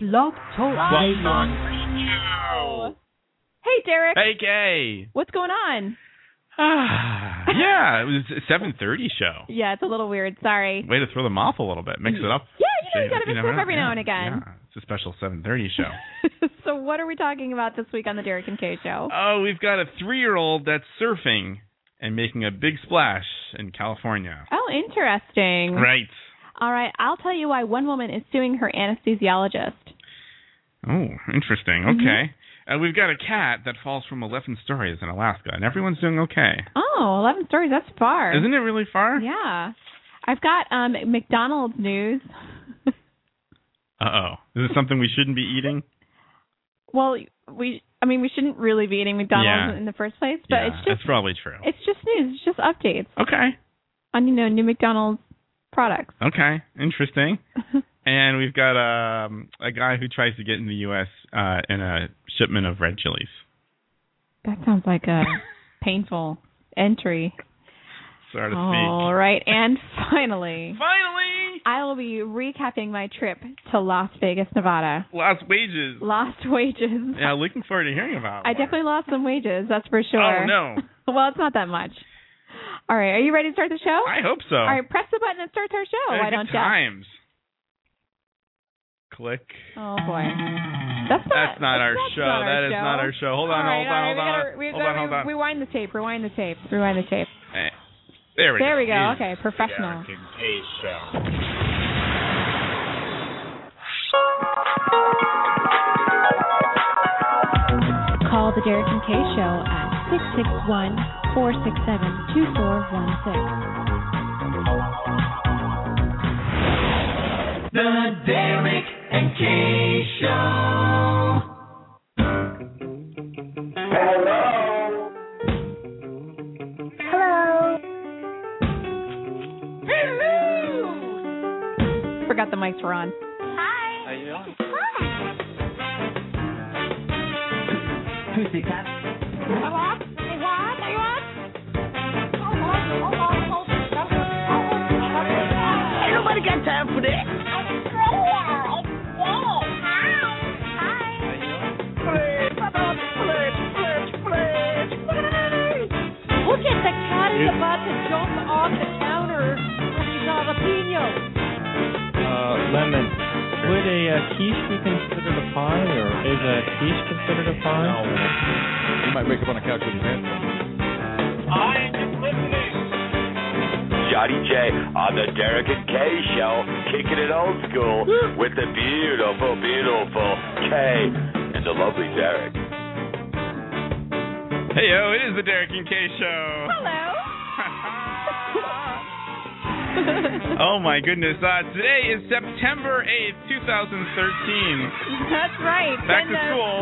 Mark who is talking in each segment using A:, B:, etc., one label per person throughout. A: Blog Talk
B: Blog
A: Radio.
B: Talk Radio.
C: Oh. Hey, Derek.
B: Hey, Kay.
C: What's going on?
B: Ah, yeah, it was a 7.30 show.
C: Yeah, it's a little weird. Sorry.
B: Way to throw them off a little bit. Mix it up.
C: Yeah, you know, you
B: Shake it
C: got
B: up,
C: to mix
B: never
C: it up
B: know.
C: every
B: Yeah,
C: now and again.
B: Yeah, it's a special 7.30 show.
C: so, what are we talking about this week on the Derek and Kay show?
B: oh, we've got a three-year-old that's surfing and making a big splash in California.
C: Oh, interesting.
B: Right.
C: All right, I'll tell you why one woman is suing her anesthesiologist.
B: Oh, interesting.
C: Mm-hmm.
B: Okay. Uh, we've got a cat that falls from 11 stories in Alaska, and everyone's doing okay.
C: Oh, 11 stories. That's far.
B: Isn't it really far?
C: Yeah. I've got um McDonald's news.
B: Uh-oh. Is this something we shouldn't be eating?
C: well, we I mean, we shouldn't really be eating McDonald's
B: Yeah.
C: in the first place, but
B: yeah,
C: it's just
B: that's probably true.
C: it's just news, it's just updates
B: Okay.
C: on you know new McDonald's products.
B: Okay. Interesting. And we've got um, a guy who tries to get in the U.S. Uh, in a shipment of red chilies.
C: that sounds like a painful entry.
B: Sort of
C: All
B: speak.
C: right, and finally,
B: Finally,
C: I will be recapping my trip to Las Vegas, Nevada.
B: lost wages.
C: Lost wages.
B: Yeah, looking forward to hearing about.
C: I
B: one.
C: definitely lost some wages, that's for sure.
B: Oh no,
C: well, it's not that much. All right, are you ready to start the show?
B: I hope so.
C: All right, press the button that starts our show.
B: Hey,
C: Why
B: good
C: don't you?
B: times. Click.
C: Oh boy, that's not
B: That's not our show.
C: Not our
B: That is
C: show.
B: not our show. Hold on,
C: All right,
B: hold
C: all
B: on,
C: right, we gotta-
B: hold on,
C: we
B: hold
C: gotta
B: on, hold on.
C: Rewind the tape. Rewind the tape. Rewind the tape.
B: Eh, There we go.
C: There we go.
B: Jeez.
C: Okay, professional.
B: American Taste Show.
D: Call the Derek and Kay Show at 661 467 2416.
C: Forgot the mics were on.
E: Ain't nobody got time for that.
D: Look at the cat is about to jump off the counter with his jalapeno.
F: Uh, lemon. Would a uh, quiche be considered a pie, or is a quiche considered a pie?
G: You might wake up on a couch with your pants down.
H: Johnny J on the Derek and Kay Show, kicking it old school with the beautiful, beautiful Kay and the lovely Derek.
B: Hey yo, it is the Derek and Kay Show.
C: Hello.
B: oh my goodness! Uh, today is September eighth, two thousand thirteen.
C: That's right.
B: Back
C: Send
B: to
C: those,
B: school.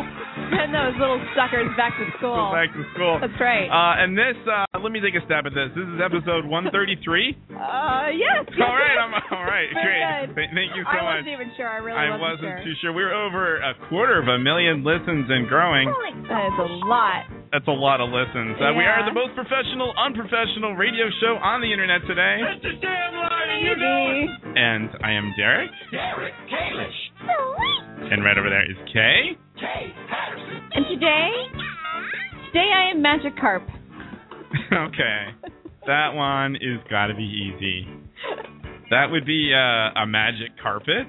C: Send those little suckers back to school.
B: Back to school.
C: That's right.
B: Uh, and this, uh, let me take a stab at this. This is episode one thirty three.
C: Uh, yes. yes,
B: all right,
C: yes.
B: I'm all right.
C: Very
B: Great.
C: good.
B: Th- Thank you
C: I
B: so much.
C: wasn't even sure. I really
B: I
C: wasn't,
B: wasn't
C: sure.
B: too sure. We're over a quarter of a million listens and growing.
C: That is a lot.
B: That's a lot of listens. Uh, we are
C: Yeah.
B: the most professional, unprofessional radio show on the internet today. And I am Derek.
H: Derek Kalish,
B: And right over there is Kay.
H: Kay Patterson.
C: And today, today I am Magikarp.
B: okay. That one is got to be easy. That would be uh, a magic carpet.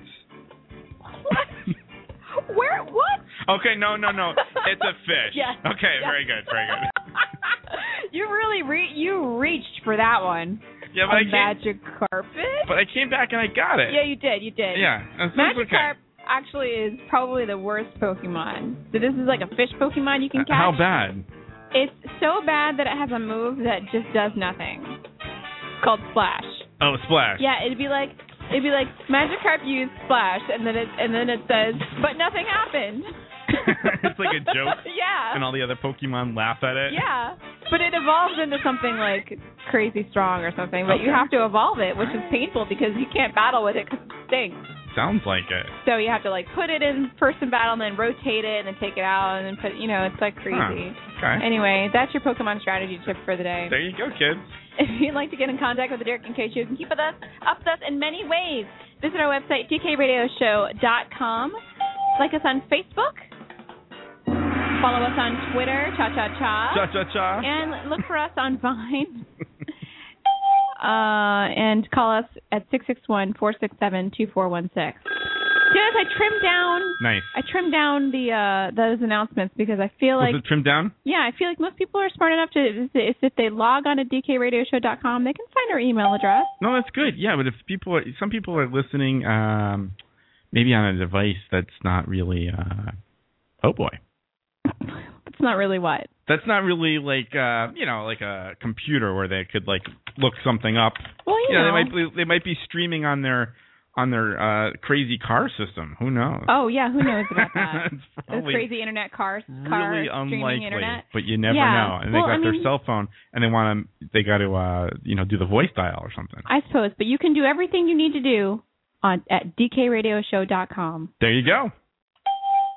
C: What? Where? What?
B: Okay, no, no, no. It's a fish.
C: Yes.
B: Okay,
C: Yes.
B: very good, very good.
C: you really re- you reached for that one.
B: Yeah, but I
C: a
B: came,
C: magic carpet.
B: but I came back and I got it.
C: yeah, you did. You did.
B: Yeah, that's
C: Magikarp
B: okay.
C: actually is probably the worst Pokemon. So this is like a fish Pokemon you can
B: Uh,
C: catch.
B: How bad?
C: It's so bad that it has a move that just does nothing. It's called Splash.
B: Oh, splash.
C: Yeah, it'd be like it'd be like Magikarp used Splash, and then it and then it says, but nothing happened.
B: it's like a joke,
C: yeah.
B: and all the other Pokemon laugh at it.
C: Yeah, but it evolves into something like crazy strong or something. But you
B: Okay.
C: have to evolve it, which is painful because you can't battle with it because it stinks.
B: Sounds like it.
C: So you have to like put it in person battle and then rotate it and then take it out and then put you know it's like crazy.
B: Okay.
C: Anyway, that's your Pokemon strategy tip for the day.
B: There you go, kids.
C: If you'd like to get in contact with the Derek and Kay Show, you can keep with us up with us in many ways. Visit our website dkradioshow.com. Like us on Facebook. Follow us on Twitter, Cha Cha
B: Cha
C: Cha.
B: cha cha.
C: And look for us on Vine. Uh, and call us at 661 467 2416. Dennis, I trimmed down.
B: Nice.
C: I trimmed down the uh those announcements because I feel like
B: Was it trimmed down?
C: yeah, I feel like most people are smart enough to if if they log on to dkradioshow.com, they can find our email address.
B: No, that's good. Yeah, but if people, are, some people are listening, um, maybe on a device that's not really. Uh, oh boy,
C: It's not really what.
B: that's not really like uh, you know, like a computer where they could like look something up.
C: Well, you
B: You know,
C: know.
B: they might be, they might be streaming on their on their uh, crazy car system. Who knows?
C: oh yeah, who knows about that?
B: it's
C: Those
B: probably
C: crazy internet cars, car
B: really
C: streaming
B: unlikely,
C: internet.
B: but you never
C: Yeah.
B: know. And they
C: Well,
B: got
C: I
B: their
C: mean-
B: cell phone and they want to they got to uh, you know do the voice dial or something.
C: I suppose, but you can do everything you need to do on at dkradioshow.com.
B: There you go.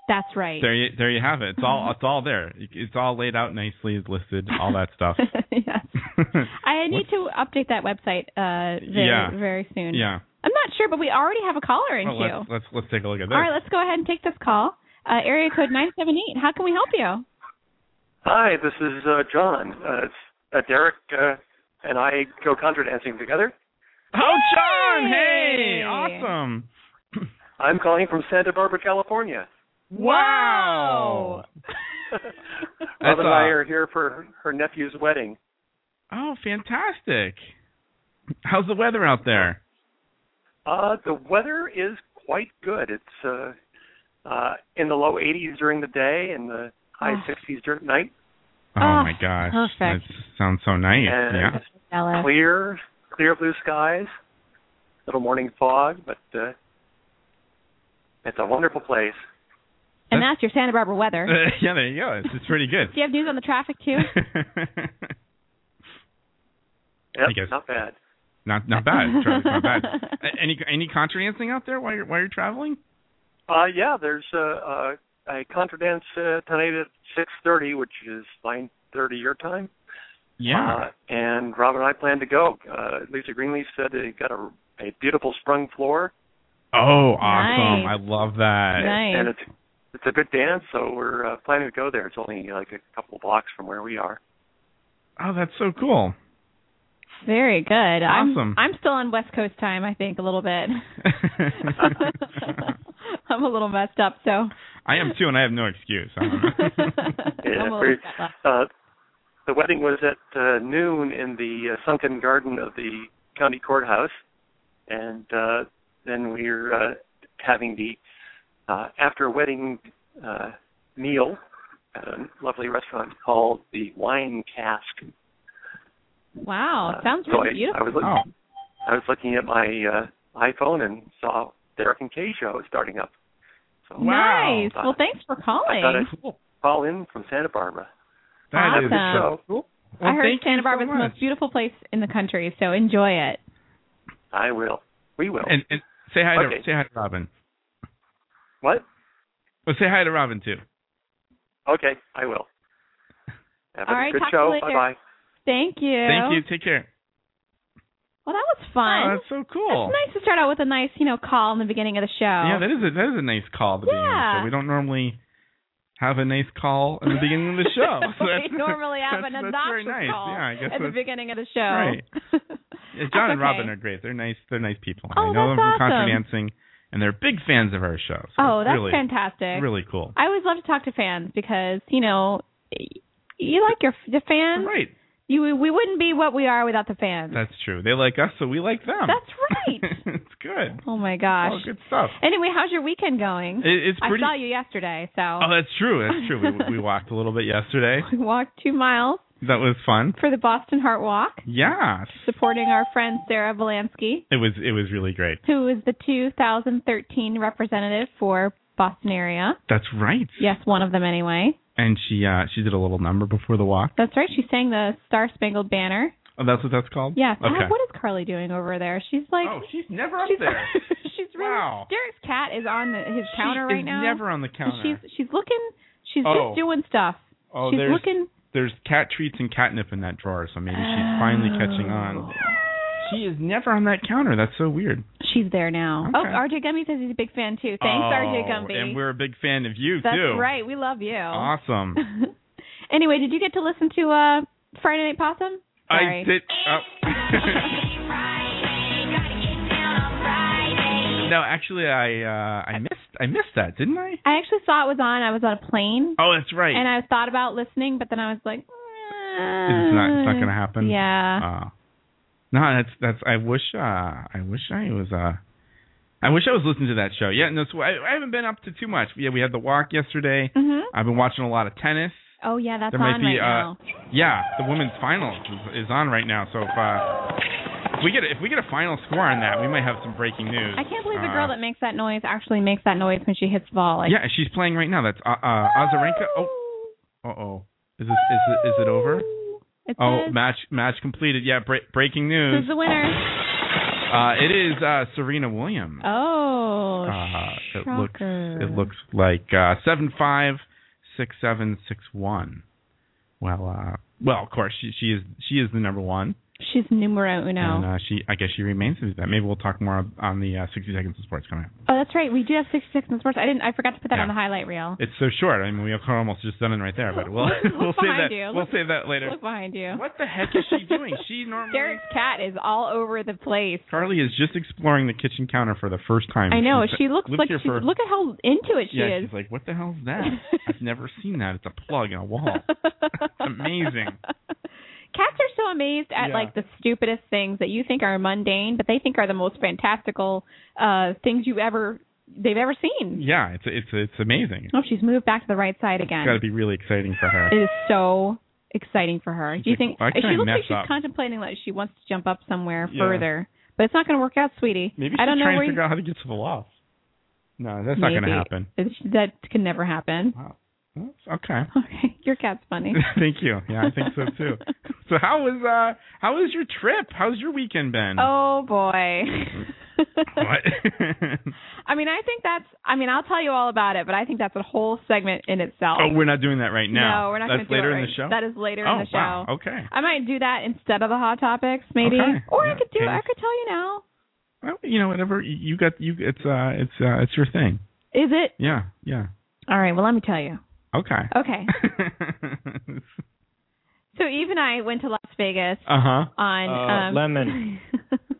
C: That's right.
B: There you there you have it. It's all it's all there. It's all laid out nicely. It's listed. All that stuff.
C: yes. I need to update that website uh very
B: Yeah.
C: very soon.
B: yeah.
C: I'm not sure, but we already have a caller in
B: Well,
C: queue.
B: let's, let's let's take a look at this.
C: All right, let's go ahead and take this call. Uh, area code 978. How can we help you?
A: Hi, this is uh, John. Uh, it's uh, Derek uh, and I go contra dancing together.
B: oh, John! Hey,
C: Hey!
B: awesome!
A: I'm calling from Santa Barbara, California.
B: Wow!
A: Rob and
B: uh,
A: I are here for her nephew's wedding.
B: Oh, fantastic! How's the weather out there?
A: Uh, the weather is quite good. It's uh, uh, in the low 80s during the day and the high
C: Oh.
A: 60s during the night.
B: Oh,
C: Oh,
B: my gosh!
C: perfect.
B: That sounds so nice.
A: and
B: Oh, yeah.
C: Ella.
A: clear, clear blue skies. Little morning fog, but uh, it's a wonderful place.
C: And that's your Santa Barbara weather.
B: yeah, there you go. It's, it's pretty good.
C: Do you have news on the traffic too?
A: Yep,
B: I guess-
A: not bad.
B: not not bad. Travis, not bad. A- Any any contra dancing out there while you're while you're traveling?
A: Uh, yeah, there's uh, uh, a contra dance uh, tonight at six thirty, which is nine thirty your time.
B: Yeah.
A: Uh, and Rob and I plan to go. Uh, Lisa Greenleaf said they got a, a beautiful sprung floor,
B: oh, awesome!
C: Nice.
B: I love that.
C: nice.
A: and it's it's a good dance, so we're uh, planning to go there. It's only like a couple blocks from where we are.
B: Oh, that's so cool.
C: Very good. I'm-
B: Awesome.
C: I'm, still on West Coast time, I think, a little bit. I'm a little messed up, so.
B: I am too, and I have no excuse. I don't know.
C: I'm a little jet
A: pretty-
C: lagged.
A: Uh, the wedding was at uh, noon in the uh, sunken garden of the county courthouse, and uh, then we're uh, having the uh, after wedding uh, meal at a lovely restaurant called the Wine Cask.
C: Wow,
A: Uh,
C: Oh, sounds
A: so
C: really
A: I,
C: beautiful.
A: I was looking,
B: oh,
A: I was looking at my uh, iPhone and saw Derek and Kay show is starting up. So
B: wow.
C: Nice. Well, thanks for
A: I thought
C: calling.
A: I'd call in from Santa Barbara.
B: that is
C: Awesome.
B: so
A: So cool.
B: well,
C: I heard
B: thank you
C: Santa
B: so
C: Barbara's the
B: much.
C: most beautiful place in the country, so enjoy it.
A: I will. We will.
B: And, and say hi to
A: Okay.
B: say hi to Robin.
A: what?
B: Well, say hi to Robin too.
A: Okay, I will. Have
C: All
A: a
C: right,
A: good
C: talk to you
A: show.
C: later.
A: Bye bye.
C: Thank you.
B: Thank you. Take care.
C: Well, that was
B: Oh,
C: fun.
B: that's so cool.
C: It's nice to start out with a nice, you know, call in the beginning of the show.
B: Yeah, that is a that is a nice call at the beginning of the
C: Yeah.
B: show. We don't normally have a nice call at the beginning of the show. So that's-
C: we normally have
B: that's,
C: an
B: that's very
C: obnoxious
B: nice.
C: call
B: Yeah, I guess
C: at the
B: that's,
C: beginning of the show.
B: right. Yeah,
C: That's
B: John and
C: okay.
B: Robin are great. They're nice. They're nice people.
C: Oh,
B: I know them
C: that's
B: from
C: awesome.
B: Contra Dancing, and they're big fans of our show. So
C: Oh,
B: it's
C: that's
B: really,
C: fantastic.
B: Really cool.
C: I always love to talk to fans because you know y- you like your the fans.
B: Right.
C: You we wouldn't be what we are without the fans.
B: That's true. They like us, so we like them.
C: That's right.
B: it's good.
C: oh my
B: All
C: gosh.
B: good stuff.
C: Anyway, how's your weekend going?
B: It, it's pretty.
C: I saw you yesterday, so
B: Oh, that's true. That's true. We, we walked a little bit yesterday.
C: we walked two miles
B: That was fun.
C: for the Boston Heart Walk,
B: Yes.
C: supporting our friend Sarah Volansky.
B: It was. It was really great.
C: who is the 2013 representative for Boston area.
B: That's right.
C: Yes, one of them anyway.
B: And she uh she did a little number before the walk.
C: That's right. She sang the Star Spangled Banner.
B: Oh, that's what that's called.
C: Yes. God,
B: Okay.
C: what is Carly doing over there? She's like,
B: oh, she's never up
C: she's,
B: there.
C: she's really.
B: Wow.
C: Derek's cat is on the, his
B: She
C: counter
B: is
C: right now.
B: Never on the
C: So
B: counter.
C: She's she's looking. She's
B: Oh.
C: just doing stuff.
B: oh,
C: she's
B: there's
C: looking. Oh.
B: there's cat treats and catnip in that drawer, so maybe she's finally catching on. She is never on that counter. That's so weird.
C: She's there now.
B: Okay.
I: Oh, RJ Gumby says he's a big fan too. Thanks, RJ
B: Oh,
I: Gumby.
B: And we're a big fan of you
I: That's
B: too.
I: right. We love you.
B: Awesome.
C: anyway, did you get to listen to uh Friday Night Possum? Sorry.
B: I did. Oh. no, actually, I uh, I missed I missed that, didn't I?
C: I actually saw it was on. I was on a plane,
B: Oh, that's right.
C: and I thought about listening, but then I was like, "Mm."
B: it's not it's not gonna happen.
C: uh, Yeah.
B: Uh, no, that's that's. I wish. Uh, I wish I was. Uh, I wish I was listening to that show. Yeah, no, so I, I haven't been up to too much. Yeah, we had the walk yesterday.
C: hmm
B: I've been watching a lot of tennis.
C: Oh yeah, that's
B: There might
C: on
B: be,
C: right
B: uh,
C: now.
B: Yeah, the women's finals is, is on right now. So if, uh, if we get a, if we get a final score on that, we might have some breaking news.
C: I can't believe the
B: Uh,
C: girl that makes that noise actually makes that noise when she hits the ball. Like,
B: yeah, she's playing right now. That's uh, uh, Azarenka. Oh, uh oh. Is this is it, is it over?
C: It
B: Oh,
C: says,
B: match match completed. Yeah, break breaking news.
C: who's the winner?
B: Uh, it is uh, Serena Williams.
C: Oh,
B: uh, it looks
C: shocker.
B: it looks like uh, seven five six seven six one. Well, uh, well, of course she she is she is the number one,
C: she's numero uno.
B: and uh, she I guess she remains to be that. Maybe we'll talk more on the uh, sixty seconds of sports coming up.
C: Oh, that's right. We do have 66 in sports. I didn't. I forgot to put that
B: Yeah.
C: on the highlight reel.
B: It's so short. I mean, we have almost just done it right there, but we'll
C: Look
B: we'll save
C: behind
B: that
C: you.
B: we'll
C: Look-
B: save that later.
C: Look behind you.
B: What the heck is she doing? She normally
C: Derek's cat is all over the place.
B: Carly is just exploring the kitchen counter for the first time.
C: I know.
B: She's-
C: She looks
B: lived
C: like
B: here
C: she's.
B: for-
C: Look at how into it she
B: yeah,
C: is.
B: she's like, what the hell is that? I've never seen that. It's a plug in a wall. amazing.
C: Cats are so amazed at
B: Yeah.
C: like the stupidest things that you think are mundane, but they think are the most fantastical uh things you ever they've ever seen.
B: Yeah, it's it's it's amazing.
C: Oh, she's moved back to the right side
B: It's got to
C: again.
B: be really exciting for her.
C: It is so exciting for her. Do you
B: like,
C: think
B: "Why can't I
C: she looks like
B: mess
C: she's
B: up?"
C: contemplating that she wants to jump up somewhere
B: Yeah.
C: further, but it's not going to work out, sweetie.
B: Maybe she's
C: I don't know
B: trying
C: where
B: to
C: you-
B: figure out how to get to the loft. No, that's not going to
C: Maybe.
B: happen.
C: It's- that can never happen.
B: Wow. Well, Okay.
C: Okay, your cat's funny.
B: Thank you. Yeah, I think so too. So how was uh how was your trip? How's your weekend been?
C: Oh boy.
B: What?
C: I mean, I think that's. I mean, I'll tell you all about it, but I think that's a whole segment in itself.
B: oh, we're not doing that right now.
C: No, we're not
B: That's
C: going to do
B: later
C: it
B: in the
C: right-
B: show.
C: That is later
B: oh
C: in the show.
B: wow. Okay.
C: I might do that instead of the hot topics, maybe.
B: Okay.
C: Or
B: Yeah,
C: I could do.
B: okay.
C: I could tell you now.
B: Well, you know, whatever you you got, you it's uh it's uh it's your thing.
C: Is it
B: Yeah. Yeah.
C: all right? Well, let me tell you.
B: Okay.
C: Okay. so Eve and I went to Las Vegas
B: uh huh.
C: on
J: Uh,
C: um,
J: lemon.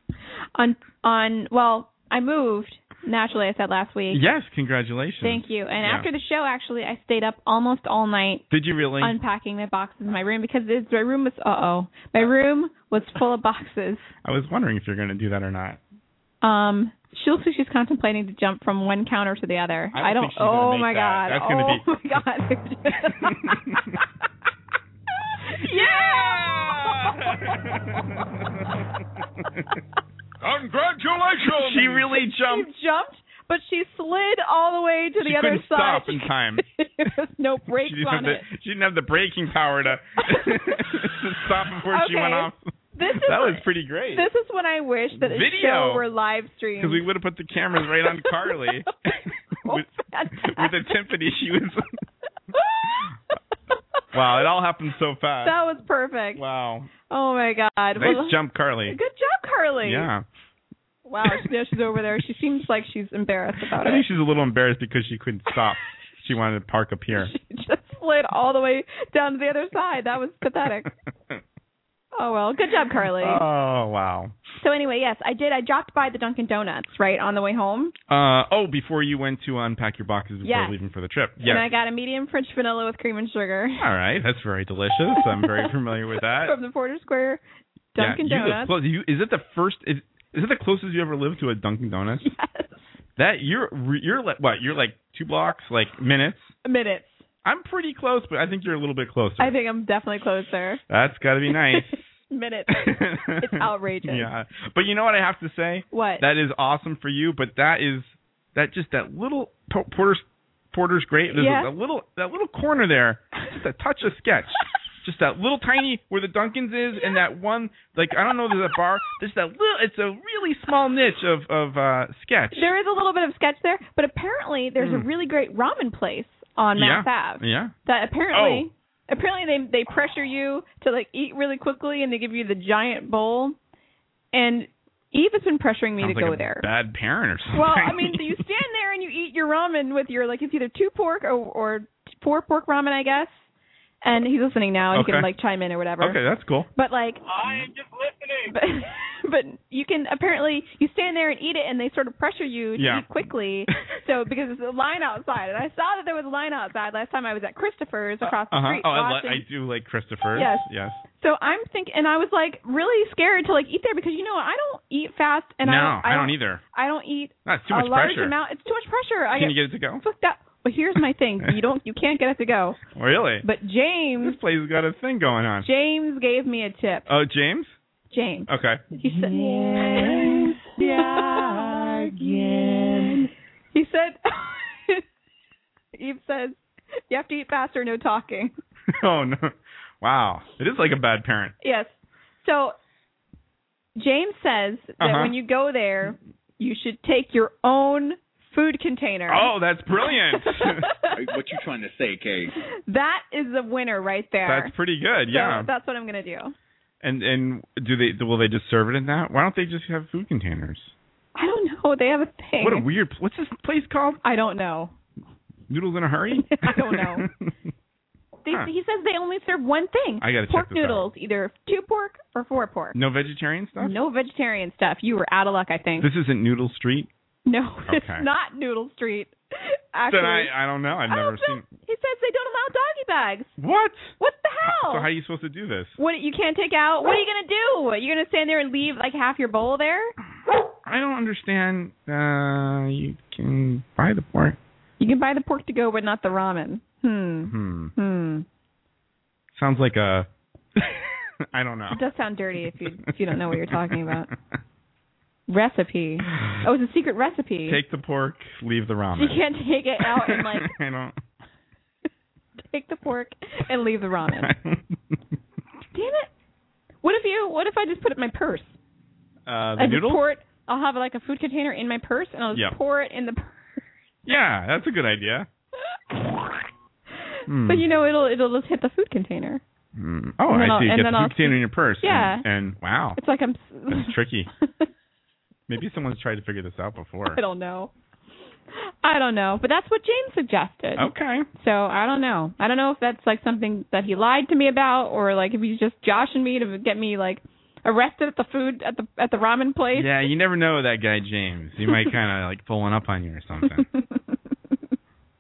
C: on on. Well, I moved naturally. I said last week.
B: Yes. Congratulations.
C: Thank you. And
B: Yeah.
C: after the show, actually, I stayed up almost all night
B: Did you really?
C: unpacking my boxes in my room because it's, my room was uh oh my room was full of boxes.
B: I was wondering if you're going to do that or not.
C: Um, she looks like she's contemplating to jump from one counter to the other.
B: I don't think she's gonna
C: oh
B: make
C: my god.
B: that. That's gonna
C: oh
B: be-
C: my god. oh yeah.
K: Congratulations!
B: She really jumped.
C: she jumped, but she slid all the way to the
B: she
C: other
B: couldn't
C: side.
B: stop in time.
C: there was no brakes
B: she didn't
C: on
B: have
C: it.
B: The, she didn't have the braking power to, to stop before she went
C: Okay.
B: off.
C: This is
B: that was pretty great.
C: This is when I wish that a
B: Video.
C: show were live streamed.
B: Because we would have put the cameras right on Carly.
C: Oh,
B: with,
C: fantastic.
B: with the timpani she was. wow, it all happened so fast.
C: That was perfect.
B: wow.
C: Oh my god.
B: Nice
C: Well,
B: jump, Carly.
C: Good job, Carly.
B: Yeah.
C: Wow. she- Now she's over there. She seems like she's embarrassed about
B: I think
C: it.
B: she's a little embarrassed because she couldn't stop. she wanted to park up here.
C: She just slid all the way down to the other side. That was pathetic. Oh well. Good job, Carly.
B: oh, wow.
C: so anyway, yes, I did. I dropped by the Dunkin' Donuts right on the way home,
B: Uh, oh, before you went to unpack your boxes before
C: Yes.
B: leaving for the trip. Yes.
C: and I got a medium French vanilla with cream and sugar
B: All right, that's very delicious. I'm very familiar with that.
C: from the Porter Square Dunkin'
B: yeah, you live
C: Donuts.
B: close- you- is it the first? Is, is it the closest you ever lived to a Dunkin' Donuts?
C: yes.
B: That you're re- you're like what? You're like two blocks, like minutes.
C: Minutes.
B: I'm pretty close, but I think you're a little bit closer.
C: I think I'm definitely closer.
B: that's got to be nice.
C: Minutes. It's outrageous.
B: Yeah, but you know what I have to say?
C: What?
B: That is awesome for you, but that is that just that little Po- Porter's Porter's great. There's
C: Yeah.
B: a, little that little corner there, just a touch of sketch. Just that little tiny where the Dunkin's is, and that one like I don't know, there's a bar. There's that little. It's a really small niche of of uh sketch.
C: There is a little bit of sketch there, but apparently there's
B: Mm.
C: a really great ramen place on
B: yeah.
C: Mass Ave
B: Yeah. Oh.
C: that apparently apparently they they pressure you to like eat really quickly and they give you the giant bowl and Eve has been pressuring me
B: Sounds
C: to
B: like
C: go
B: a
C: there.
B: Bad parent or something.
C: Well, I mean, you stand there and you eat your ramen with your like it's either two pork or, or four pork ramen, I guess. And he's listening now, and he
B: Okay.
C: can like chime in or whatever.
B: Okay, that's cool.
C: But like, but, but you can apparently you stand there and eat it, and they sort of pressure you to
B: Yeah.
C: eat quickly. So because there's a line outside, and I saw that there was a line outside last time I was at Christopher's across the
B: Uh-huh.
C: street.
B: Oh, I, li-
C: watching.
B: I do like Christopher.
C: Yes.
B: Yes.
C: so I'm thinking, and I was like really scared to like eat there because you know I don't eat fast, and I
B: no,
C: don't, I don't
B: either.
C: I don't eat
B: That's too
C: a
B: much
C: large
B: pressure.
C: amount. It's too much pressure. I
B: Can
C: get
B: you get it to go?
C: fucked up. But here's my thing. You don't you can't get it to go.
B: Really?
C: But James
B: this place has got a thing going on.
C: James gave me a tip.
B: Oh, James?
C: James.
B: Okay.
C: He said He said Eve says you have to eat faster, no talking.
B: oh no. Wow. It is like a bad parent.
C: Yes. So James says that
B: Uh-huh.
C: when you go there, you should take your own food container.
B: Oh, that's brilliant.
G: What you trying to say, Kay?
C: that is the winner right there.
B: that's pretty good.
C: So
B: Yeah.
C: that's what I'm gonna do.
B: and and do they will they just serve it in that? Why don't they just have food containers?
C: I don't know. They have a thing.
B: What a weird. What's this place called?
C: I don't know.
B: Noodles in a hurry?
C: I don't know. They,
B: Huh.
C: He says they only serve one thing.
B: I gotta check
C: pork
B: this out.
C: noodles, either two pork or four pork.
B: no vegetarian stuff.
C: No vegetarian stuff. You were out of luck, I think.
B: Mm-hmm. This isn't Noodle Street.
C: no, it's
B: Okay.
C: not Noodle Street. Actually,
B: Then I I don't know.
C: I
B: I've never
C: don't know.
B: seen.
C: He says they don't allow doggy bags.
B: What?
C: What the hell?
B: So how are you supposed to do this?
C: what you can't take out? What are you gonna do? You're gonna stand there and leave like half your bowl there?
B: I don't understand. Uh, you can buy the pork.
C: You can buy the pork to go, but not the ramen. Hmm.
B: Hmm.
C: Hmm.
B: Sounds like a. I don't know.
C: It does sound dirty if you if you don't know what you're talking about. Recipe.
B: about.
C: Oh, it's a secret recipe.
B: Take the pork, leave the ramen.
C: you can't take it out and like
B: I don't.
C: take the pork and leave the ramen. Damn
B: I don't-
C: it! What if you? What if I just put it in my purse?
B: Uh,
C: I
B: the
C: just
B: noodles.
C: pour it. I'll have like a food container in my purse, and I'll just
B: Yeah.
C: pour it in the. purse.
B: Yeah, that's a good idea. Hmm.
C: But you know, it'll it'll just hit the food container.
B: Hmm. Oh,
C: and then
B: I
C: I'll-
B: see. You
C: and
B: get
C: then
B: the
C: I'll-
B: food container in your purse.
C: Yeah.
B: And, and wow,
C: It's like I'm.
B: that's tricky.
C: I
B: Maybe someone's tried to figure this out before.
C: don't know. I don't know, but that's what James suggested.
B: Okay.
C: So I don't know. I don't know if that's like something that he lied to me about, or like if he's just joshing me to get me like arrested at the food at the at the ramen place.
B: Yeah, you never know with that guy James. He might kind of like pull one up on you or something.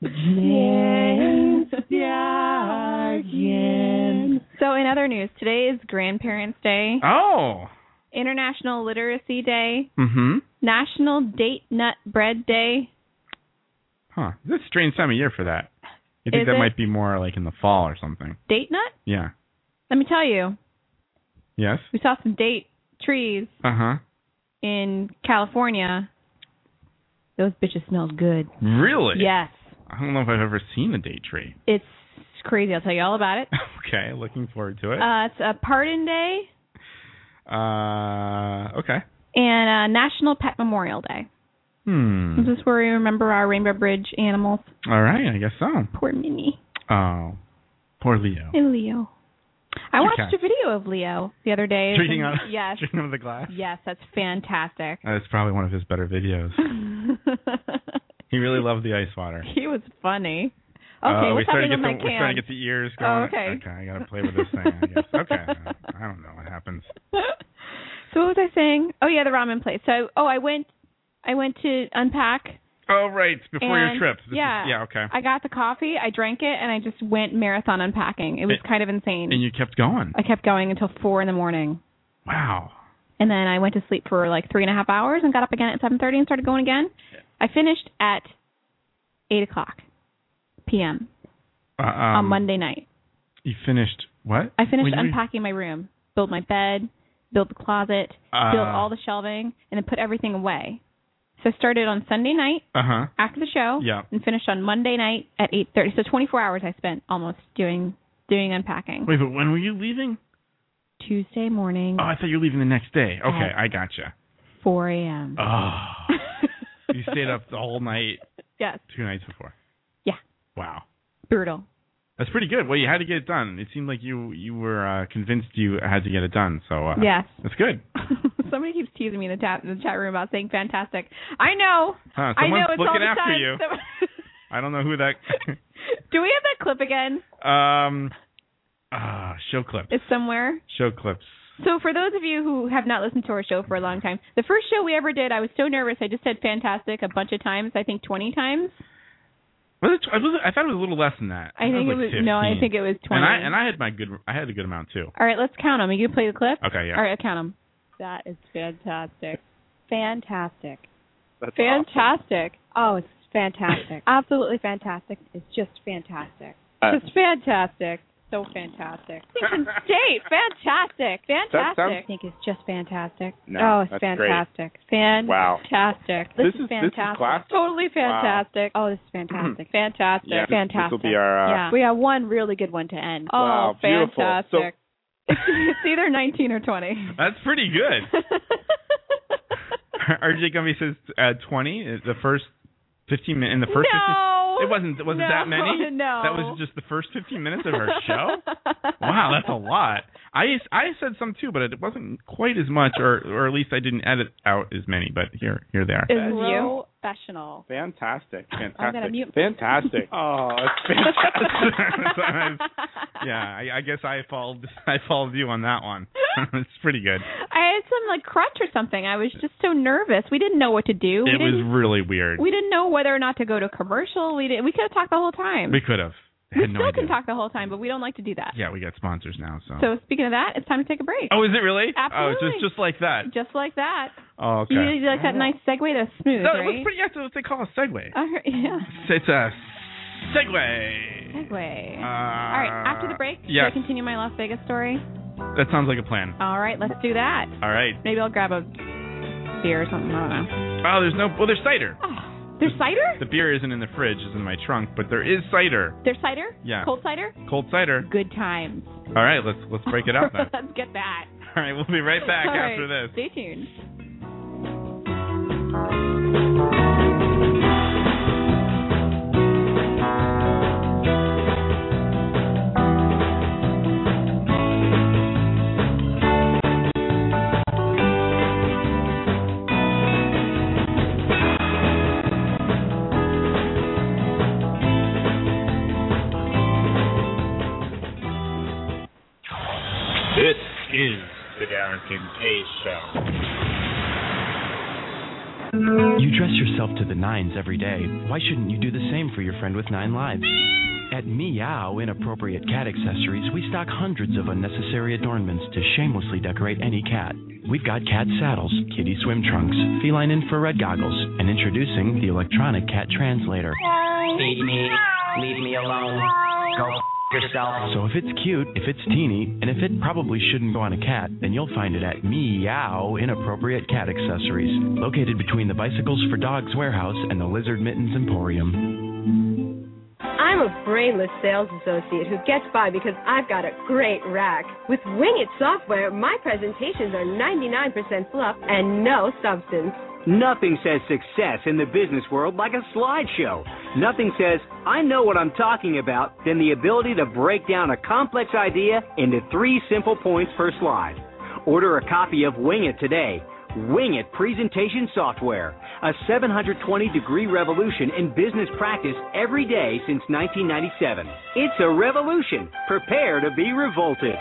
C: So in other news, today is Grandparents' Day,
B: Oh.
C: International Literacy Day,
B: Mm-hmm.
C: National Date Nut Bread Day.
B: Huh. This is a strange time of year for that. I think
C: Is
B: that
C: it?
B: might be more like in the fall or something.
C: Date nut?
B: Yeah.
C: Let me tell you,
B: Yes.
C: we saw some date trees
B: Uh huh.
C: in California. Those bitches smelled good.
B: Really?
C: Yes,
B: I don't know if I've ever seen a date tree.
C: it's crazy. I'll tell you all about it.
B: okay. Looking forward to it.
C: Uh, it's a Pardon Day
B: Uh. Okay.
C: and uh, National Pet Memorial Day.
B: Hmm.
C: Is this where we remember our Rainbow Bridge animals?
B: All right. I guess so.
C: Poor Minnie
B: Oh. Poor Leo.
C: and Leo. I watched
B: Okay.
C: a video of Leo the other day. It's
B: Drinking
C: in-
B: out.
C: Yes,
B: Drinking out of the glass.
C: yes, that's fantastic.
B: That's probably one of his better videos. He really loved the ice water.
C: he was funny. Okay,
B: Uh, we
C: what's happening
B: started to
C: with
B: get
C: my
B: the, We're starting to
C: can?
B: get the ears
C: Oh,
B: going.
C: okay.
B: Okay, I gotta play with this thing. I guess. Okay. I don't know what happens.
C: so what was I saying? Oh yeah, the ramen place. So oh, I went, I went to unpack.
B: Oh right, before
C: And-
B: your trip. This is-
C: yeah.
B: yeah. Okay.
C: I got the coffee, I drank it, and I just went marathon unpacking. It was
B: And-
C: kind of insane.
B: And you kept going.
C: I kept going until four in the morning,
B: Wow.
C: and then I went to sleep for like three and a half hours, and got up again at seven thirty and started going again. I finished at eight o'clock p.m.
B: Uh, um,
C: on Monday night.
B: You finished what?
C: I finished
B: When you-
C: unpacking my room, build my bed, build the closet,
B: Uh,
C: build all the shelving, and then put everything away. So I started on Sunday night
B: Uh huh.
C: after the show,
B: Yeah.
C: and finished on Monday night at eight thirty. So twenty four hours I spent almost doing doing unpacking.
B: Wait, but when were you leaving?
C: Tuesday morning,
B: Oh, I thought you were leaving the next day. Okay,
C: Yes.
B: I gotcha.
C: four a.m.
B: Oh, you stayed up the whole night,
C: yes,
B: two nights before.
C: Yeah.
B: Wow.
C: brutal.
B: That's pretty good. Well, you had to get it done. It seemed like you you were uh, convinced you had to get it done. So uh,
C: Yes.
B: that's good.
C: so Somebody keeps teasing me in the chat in the chat room about saying fantastic. I know.
B: Huh,
C: I know
B: someone's
C: it's all
B: looking
C: the
B: after
C: time.
B: you.
C: So-
B: I don't know who that.
C: Do we have that clip again?
B: um, ah, show clips.
C: It's somewhere.
B: Show clips.
C: So for those of you who have not listened to our show for a long time, the first show we ever did, I was so nervous. I just said fantastic a bunch of times. I think 20 times.
B: Was it, I, was, I thought it was a little less than that.
C: I think it was no. I think it was 20.
B: And I and I had my good. I had a good amount too.
C: All right, let's count them. You can play the clip.
B: Okay, yeah.
C: All right, count them.
D: That is fantastic. Fantastic.
G: That's
C: Fantastic.
D: Oh, it's fantastic. Absolutely fantastic. It's just fantastic.
G: awesome.
D: Just fantastic. So fantastic.
C: Washington State, fantastic,
G: That
D: I
G: sounds-
D: think it's just fantastic.
G: No,
D: oh, it's
G: that's great.
D: fantastic.
G: Wow.
D: Fantastic. This,
G: This is- this is
D: fantastic.
G: classic.
D: totally fantastic. Oh, this is fantastic. fantastic.
G: Yeah, this- this will
D: fantastic.
G: be our, uh,
D: yeah. We have one really good one to end.
C: Oh,
G: Wow, beautiful. So-
C: fantastic. it's, it's either 19 or 20.
B: That's pretty good. RJ Gumby says uh, twenty. uh, The first fifteen minutes. In the first. 15
C: no.
B: it wasn't. Was
C: no,
B: it that many?
C: No.
B: That was just the first fifteen minutes of our show. Wow, that's a lot. I I said some too, but it wasn't quite as much, or or at least I didn't edit out as many. But here here they are.
C: Is Oh, you?
D: Professional.
G: Fantastic.
D: I'm gonna
G: Fantastic.
D: mute.
G: Fantastic. oh, that's
B: Sometimes- yeah, I, I guess I followed I followed you on that one. it's pretty good.
C: I had some like crutch or something. I was just so nervous. We didn't know what to do. We
B: it was
C: didn't.
B: really weird.
C: We didn't know whether or not to go to commercial. We didn't. We could have talked the whole time.
B: We could have.
C: We
B: Had no
C: still
B: idea.
C: can talk the whole time, but we don't like to do that.
B: Yeah, we got sponsors now. So.
C: So speaking of that, it's time to take a break.
B: oh, is it really? Oh,
C: Absolutely.
B: just just like that.
C: Just like that.
B: Oh, okay.
C: You You like that nice segue? That's smooth,
B: No, it
C: right?
B: was pretty. Yeah, that's what they call a segue.
C: Uh, yeah.
B: It's a segue.
C: Segue.
B: Uh,
C: All right. After the break,
B: yes.
C: should I continue my Las Vegas story?
B: That sounds like a plan.
C: All right, let's do that.
B: All right.
C: Maybe I'll grab a beer or something. I don't know.
B: Oh, there's no. Well, there's cider.
C: Oh, there's cider?
B: The beer isn't in the fridge; it's in my trunk. But there is cider.
C: There's cider?
B: Yeah.
C: Cold cider?
B: Cold cider.
C: Good times.
B: All right, let's let's break it up then.
C: let's get that.
B: All right, we'll be right back
C: All right,
B: after this.
C: Stay tuned.
L: This is the Darren Kincaid Show.
J: You dress yourself to the nines every day. Why shouldn't you do the same for your friend with nine lives? At Meow Inappropriate Cat Accessories, we stock hundreds of unnecessary adornments to shamelessly decorate any cat. We've got cat saddles, kitty swim trunks, feline infrared goggles, and introducing the electronic cat translator.
E: Feed me. Leave me alone. Go f- yourself.
J: So if it's cute, if it's teeny, and if it probably shouldn't go on a cat, then you'll find it at Meow Inappropriate Cat Accessories, located between the Bicycles for Dogs warehouse and the Lizard Mittens Emporium.
M: I'm a brainless sales associate who gets by because I've got a great rack. With Wingit software, my presentations are 99% fluff and no substance.
N: Nothing says success in the business world like a slideshow. Nothing says, I know what I'm talking about, than the ability to break down a complex idea into three simple points per slide. Order a copy of Wing It today. Wing It Presentation Software, a 720 degree revolution in business practice every day since 1997. It's a revolution. Prepare to be revolted.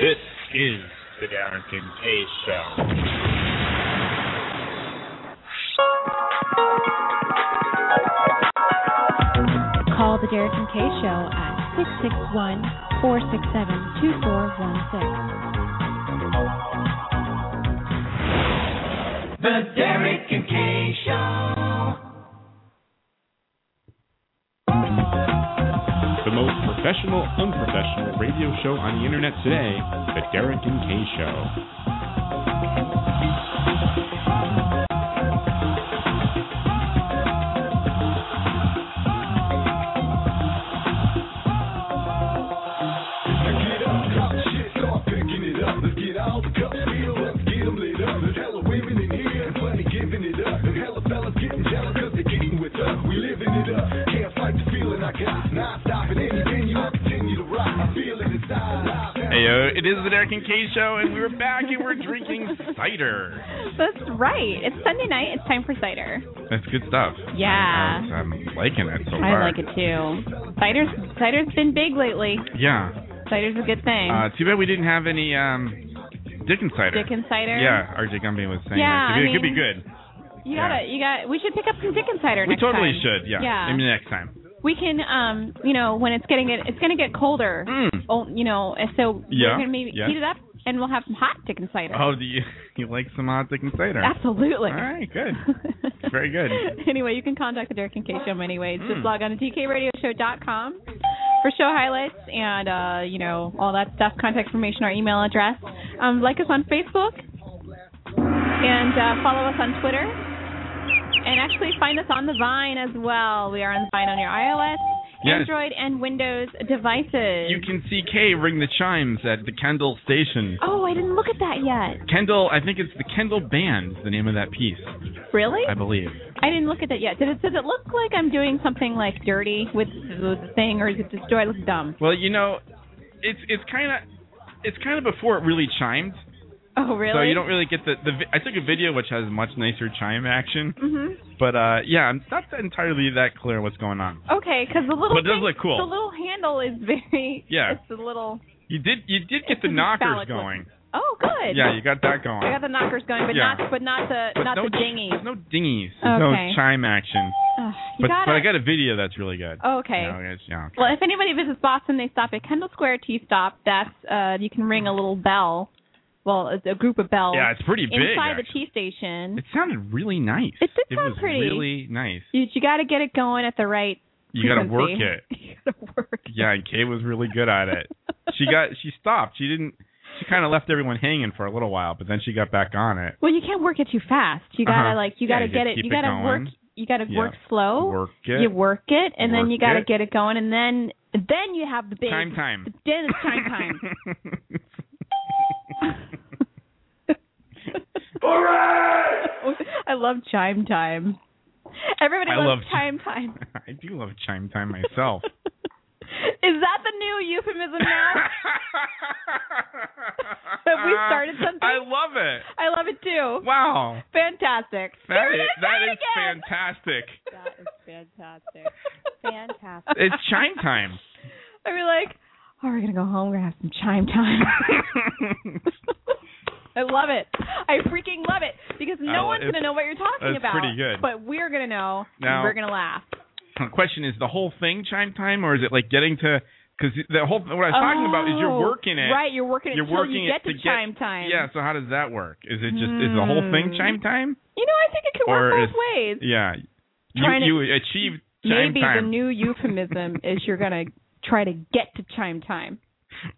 L: This is the Darren Kincaid Show.
D: Call the Derek and Kay Show at 661 467 2416.
E: The Derek and Kay Show.
L: The most professional, unprofessional radio show on the internet today, the Darren Kincaid Show.
B: Hey, Heyo, it is the Derek and Kay Show, and we're back and we're drinking cider.
C: That's right. It's Sunday night. It's time for cider.
B: That's good stuff.
C: Yeah.
B: I'm liking it so
C: I
B: far.
C: like it too. Cider's cider's been big lately.
B: Yeah.
C: Cider's a good thing.
B: Uh, too bad we didn't have any um, Dickens cider.
C: Dickens cider.
B: Yeah, RJ Gumby was saying
C: Yeah,
B: that.
C: I
B: It could
C: mean,
B: be good.
C: You gotta, you got. We should pick up some Dickens cider
B: We
C: next
B: totally
C: time.
B: should. Yeah.
C: Yeah.
B: Maybe next time.
C: We can, um, you know, when it's getting it, it's gonna get colder.
B: Mm.
C: Oh, you know, and so
B: Yeah,
C: we're gonna maybe
B: yeah.
C: heat it up, and we'll have some hot Dickens cider.
B: Oh, do you you like some hot Dickens cider?
C: Absolutely.
B: All right, good. Very good.
C: anyway, you can contact the Derek and Kay Show many ways.
B: Mm.
C: Just log on to dkradioshow.com for show highlights and, uh, you know, all that stuff, contact information, our email address. Um, like us on Facebook and uh, follow us on Twitter. And actually find us on the Vine as well. We are on Vine on your iOS,
B: Yes.
C: Android, and Windows devices.
B: You can see Kay ring the chimes at the Kendall station.
C: oh, I didn't look at that yet.
B: Kendall, I think it's the Kendall Band, is the name of that piece,
C: Really?
B: I believe.
C: I didn't look at that yet. Did it? Does it look like I'm doing something like dirty with the the thing, or is it just do I look dumb?
B: Well, you know, it's it's kind of it's kind of before it really chimed.
C: Oh, really?
B: So you don't really get the the. vi- I took a video which has much nicer chime action,
C: Mhm.
B: but uh, yeah, I'm not entirely that clear what's going on.
C: Okay, because the little
B: But it does
C: thing-
B: look cool.
C: The little handle is very.
B: Yeah.
C: It's a little.
B: You did you did get
C: It's
B: the
C: a
B: knockers
C: phallic look.
B: going.
C: Oh, good.
B: Yeah, you got that going.
C: I got the knockers going, but
B: Yeah.
C: not, but not the,
B: But
C: not
B: no
C: the
B: ch-
C: dingy.
B: No dingies. There's
C: Okay.
B: No chime action.
C: Ugh, you
B: But
C: gotta, Oh,
B: but I got a video that's really good.
C: Okay.
B: You know, it's- yeah.
C: Well, if anybody visits Boston, they stop at Kendall Square Tea Stop. That's uh, you can ring a little bell. Well, it's a group of bells.
B: Yeah, it's pretty big,
C: inside the
B: actually.
C: tea station.
B: It sounded really nice. It
C: did sound
B: was
C: pretty.
B: really nice.
C: You, you got to get it going at the right.
B: You got to work
C: frequency.
B: it. Yeah, and Kay was really good at it. she got she stopped. She didn't. She kind of left everyone hanging for a little while, but then she got back on it.
C: Well, you can't work it too fast. You gotta
B: Uh-huh.
C: like you
B: Yeah,
C: gotta
B: you
C: get
B: gotta
C: it.
B: keep
C: You
B: it
C: gotta
B: going.
C: work. You gotta
B: Yeah.
C: work slow.
B: Work it.
C: Oh, You work it, and then
B: Work
C: you gotta
B: it.
C: get it going, and then then you have the big
B: Time, time.
C: Then it's time time. I love chime time. Everybody
B: I
C: loves
B: love chi-
C: chime time.
B: I do love chime time myself.
C: Is that the new euphemism now? Have we started something?
B: I love it.
C: I love it too.
B: Wow.
C: Fantastic.
B: That
C: Here it
B: is
C: is
B: that
C: again.
B: is fantastic.
C: That is fantastic. fantastic.
B: It's chime time.
C: I'd be like, oh, we're going to go home. We're going to have some chime time. I love it. I freaking love it because
B: I
C: no
B: lo-
C: one's going to
B: it's-
C: know what you're talking
B: that's
C: about.
B: pretty good.
C: But we're going to know. and
B: Now-
C: we're going to laugh.
B: The question is the whole thing chime time, or is it like getting to? Because the whole what I was talking about is you're
C: Oh,
B: working it.
C: Right, you're working it
B: You're
C: till
B: working
C: you
B: it
C: get
B: to
C: to,
B: get-
C: chime time.
B: Yeah. So how does that work? Is it just is the whole
C: Hmm.
B: thing chime time?
C: You know, I think it can work
B: Or
C: both ways.
B: Yeah. You
C: Trying to-
B: you achieved chime
C: Maybe
B: time.
C: the new euphemism is you're going to try to get to chime time.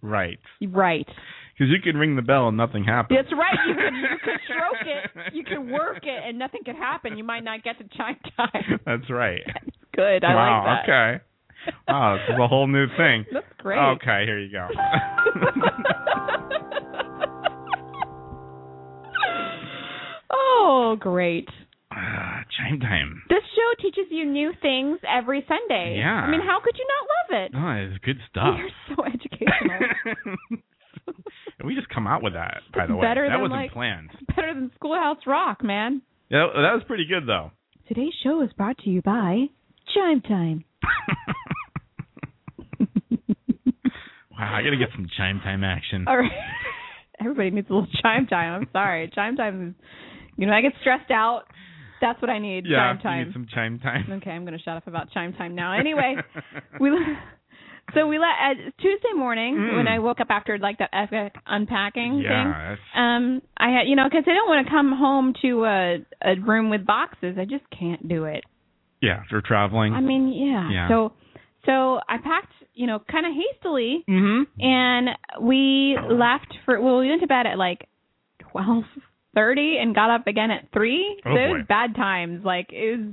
B: right.
C: Right.
B: Because you could ring the bell and nothing happens.
C: That's right. You can you can stroke it, you can work it, and nothing could happen. You might not get to chime time.
B: That's right.
C: Good. I
B: wow.
C: like that.
B: Okay. Wow. This is a whole new thing.
C: That's great.
B: Okay. Here you go.
C: oh, great.
B: Ah, chime time.
C: This show teaches you new things every Sunday.
B: Yeah.
C: I mean, how could you not love it?
B: Oh, it's good stuff.
C: We are so educational.
B: And we just come out with that, by the way.
C: Better
B: that
C: than,
B: wasn't
C: like-
B: planned.
C: Better than Schoolhouse Rock, man.
B: Yeah, that was pretty good though.
D: Today's show is brought to you by Chime Time.
B: Wow, I gotta get some chime time action.
C: All right. Everybody needs a little chime time. I'm sorry. Chime time is, you know, I get stressed out. That's what I need.
B: Yeah,
C: chime time.
B: you need some chime time.
C: Okay, I'm going to shut up about chime time now. Anyway, we so we let uh, Tuesday morning
B: Mm.
C: when I woke up after like that epic unpacking thing.
B: yeah, that's,
C: Um, I had you know because I don't want to come home to a a room with boxes. I just can't do it.
B: yeah, for traveling.
C: I mean, yeah.
B: Yeah.
C: So so I packed you know kind of hastily
B: mm-hmm.
C: and we left for well we went to bed at like twelve thirty and got up again at three. so
B: Oh,
C: it was
B: boy.
C: bad times. Like it was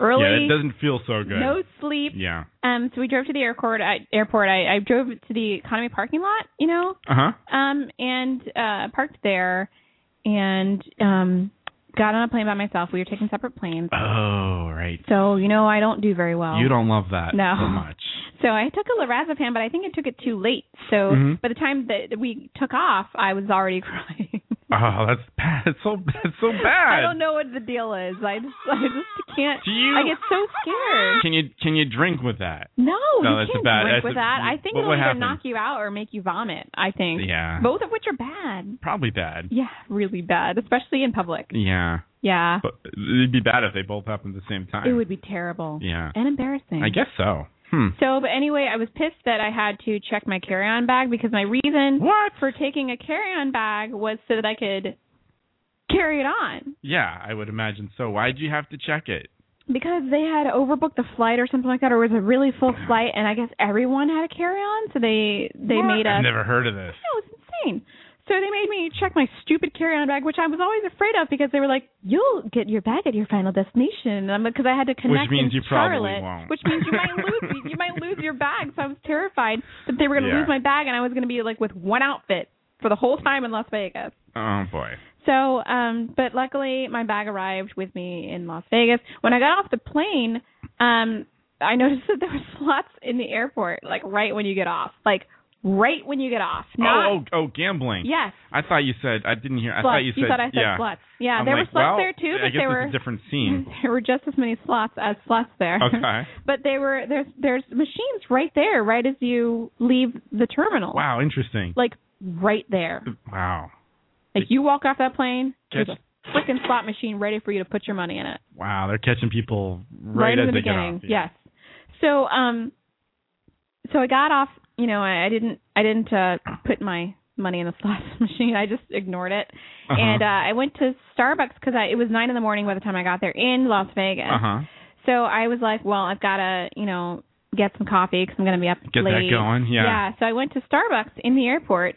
C: early.
B: Yeah, it doesn't feel so good.
C: No sleep.
B: Yeah.
C: Um, so we drove to the airport. I, airport. I, I drove to the economy parking lot, you know,
B: Uh huh.
C: um, and uh, parked there, and um, got on a plane by myself. We were taking separate planes,
B: Oh, right.
C: so you know I don't do very well.
B: you don't love that
C: No.
B: so much.
C: So I took a lorazepam, but I think I took it too late. So
B: Mhm.
C: by the time that we took off, I was already crying.
B: Oh, that's bad. It's so that's so
C: I
B: bad.
C: don't know what the deal is. I just, I just can't.
B: Do you-
C: I get so scared.
B: Can you can you drink with that?
C: No,
B: No,
C: you
B: that's a
C: can't
B: bad-
C: drink
B: that's
C: with
B: a-
C: that. I think
B: what-
C: it'll
B: what
C: either
B: happened?
C: knock you out or make you vomit. I think.
B: Yeah.
C: Both of which are bad.
B: Probably bad.
C: Yeah, really bad, especially in public.
B: Yeah.
C: Yeah,
B: But it'd be bad if they both happened at the same time.
C: it would be terrible.
B: Yeah.
C: and embarrassing.
B: I guess so. Hmm.
C: So, but anyway, I was pissed that I had to check my carry-on bag because my reason for taking a carry-on bag was so that I could carry it on
B: Yeah, I would imagine so. Why'd you have to check it?
C: because they had overbooked the flight or something like that, or it was a really full flight, and I guess everyone had a carry-on, so they they made us.
B: I've never heard of this.
C: No, it's insane. So they made me check my stupid carry-on bag, which I was always afraid of because they were like, "You'll get your bag at your final destination," and I'm because I had to connect
B: means
C: in
B: you probably
C: Charlotte,
B: won't.
C: which means you might lose you might lose your bag. So I was terrified that they were going to
B: Yeah.
C: lose my bag, and I was going to be like with one outfit for the whole time in Las Vegas.
B: Oh boy.
C: So, um, but luckily my bag arrived with me in Las Vegas. When I got off the plane, um, I noticed that there were slots in the airport, like right when you get off, like right when you get off. Not,
B: oh, oh, oh, gambling.
C: Yes.
B: I thought you said I didn't hear. I
C: Sluts.
B: thought you said
C: thought I said
B: yeah.
C: sluts. Yeah,
B: I'm
C: there were
B: like,
C: sluts
B: well,
C: there too,
B: I
C: but
B: guess
C: there
B: it's
C: were
B: a different scene.
C: there were just as many slots as sluts there.
B: okay.
C: But they were there's there's machines right there, right as you leave the terminal.
B: Wow, interesting.
C: Like right there.
B: Wow.
C: Like you walk off that plane, there's
B: Catch-
C: a freaking slot machine ready for you to put your money in it.
B: Wow, they're catching people
C: right,
B: right,
C: in
B: as
C: the
B: they
C: beginning.
B: get off.
C: Yes. So um so I got off, you know, I, I didn't I didn't uh put my money in the slot machine. I just ignored it.
B: Uh-huh.
C: And uh I went to Starbucks cuz I it was 9 in the morning by the time I got there in Las Vegas.
B: Uh huh.
C: So I was like, well, I've got to, you know, get some coffee cuz I'm going to be up
B: Get that
C: late.
B: going, yeah.
C: Yeah, so I went to Starbucks in the airport.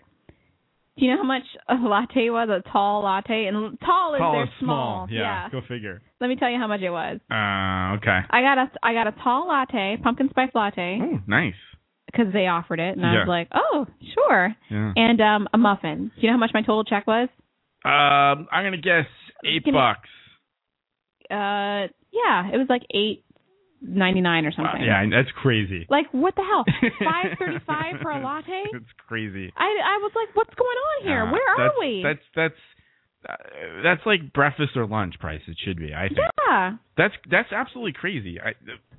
C: Do you know how much a latte was? A tall latte and tall is
B: Tall
C: they're
B: and small. Yeah.
C: yeah.
B: Go figure.
C: Let me tell you how much it was.
B: Uh, okay.
C: I got a I got a tall latte, pumpkin spice latte,
B: Oh, nice.
C: because they offered it, and I
B: Yeah.
C: was like, oh, sure.
B: Yeah.
C: And um, a muffin. Do you know how much my total check was?
B: Um, I'm gonna guess eight
C: Give me-
B: bucks.
C: Uh, yeah, it was like eight ninety nine or something.
B: Yeah, that's crazy.
C: Like what the hell? Five thirty five for a latte?
B: It's crazy.
C: I I was like, what's going on here?
B: Uh,
C: Where are
B: that's-
C: we?
B: That's that's uh, that's like breakfast or lunch price. It should be. I think.
C: yeah.
B: That's that's absolutely crazy. I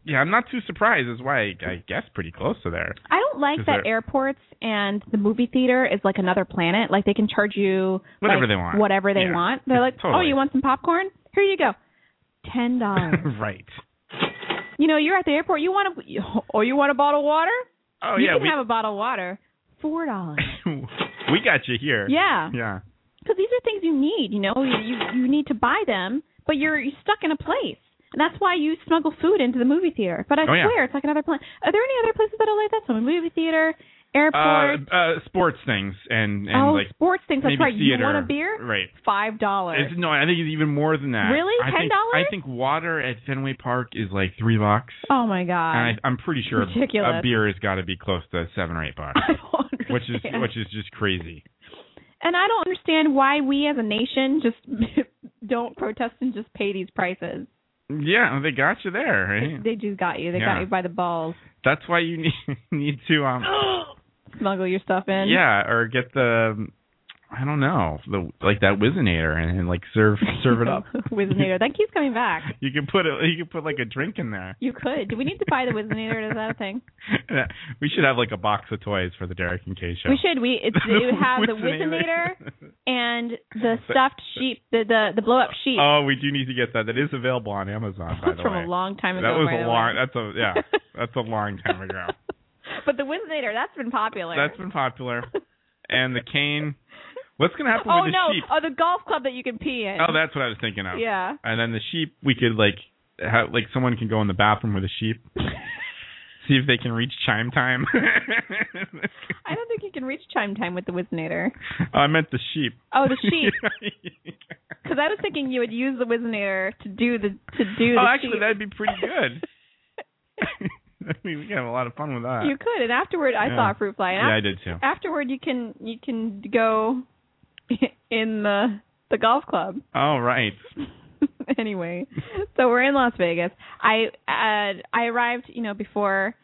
B: yeah, I'm not too surprised. That's why I, I guess pretty close to there.
C: I don't like
B: Is
C: that
B: there-
C: airports and the movie theater is like another planet. Like they can charge you
B: Whatever
C: like,
B: they want.
C: Whatever they
B: Yeah.
C: want. They're like, oh,
B: Totally.
C: you want some popcorn? Here you go, ten dollars.
B: right.
C: You know, you're at the airport. You want a or you want a bottle of water?
B: Oh
C: you
B: yeah,
C: can
B: we
C: have a bottle of water. Four dollars.
B: we got you here.
C: Yeah.
B: Yeah.
C: Because these are things you need. You know, you, you you need to buy them, but you're you're stuck in a place. And that's why you smuggle food into the movie theater. But I
B: Oh, yeah.
C: swear, it's like another planet. Are there any other places that are like that? So a movie theater, airport.
B: Uh, uh, sports things and and
C: oh,
B: like
C: sports things. That's
B: maybe
C: right.
B: theater.
C: You want a beer?
B: Right.
C: Five dollars.
B: It's, no, I think it's even more than that.
C: Really?
B: I think-
C: $10?
B: I think water at Fenway Park is like three bucks.
C: Oh my god.
B: And I, I'm pretty sure
C: Ridiculous.
B: a beer has got to be close to seven or eight bucks, which is which is just crazy.
C: And I don't understand why we as a nation just don't protest and just pay these prices.
B: Yeah, they got you there. Right?
C: They just got you. They
B: Yeah.
C: got you by the balls.
B: That's why you need need to um
C: Smuggle your stuff in.
B: yeah, or get the I don't know the like that Wizinator and, and like serve serve it up.
C: Wizinator. That keeps coming back.
B: You can put a, you can put like a drink in there.
C: You could. Do we need to buy the Wizinator? Is that a thing?
B: We should have like a box of toys for the Derek and Kay show.
C: We should. We it's, it would have the
B: Wizinator.
C: Wizinator and the stuffed sheep, the the, the blow up sheep.
B: Oh, we do need to get that. That is available on Amazon, by
C: That's
B: the
C: from
B: way.
C: a long time ago.
B: that was
C: by the way.
B: a long. That's a yeah. That's a long time ago.
C: But the Wizinator, that's been popular.
B: That's been popular. And the cane. What's gonna happen
C: oh
B: with the
C: no!
B: sheep?
C: Oh, the golf club that you can pee in.
B: Oh, that's what I was thinking of.
C: Yeah.
B: And then the sheep, we could like, have, like someone can go in the bathroom with a sheep, see if they can reach chime time.
C: I don't think you can reach chime time with the Wizinator.
B: oh, I meant the sheep.
C: Oh, the sheep. Because I was thinking you would use the Wizinator to do the to do the
B: oh, actually,
C: sheep.
B: that'd be pretty good. I mean, we can have a lot of fun with that.
C: you could, and afterward, I
B: Yeah.
C: saw a fruit fly. And
B: yeah,
C: af-
B: I did too.
C: Afterward, you can you can go in the the golf club.
B: All Oh, right.
C: anyway, so we're in Las Vegas. I uh, I arrived, you know, before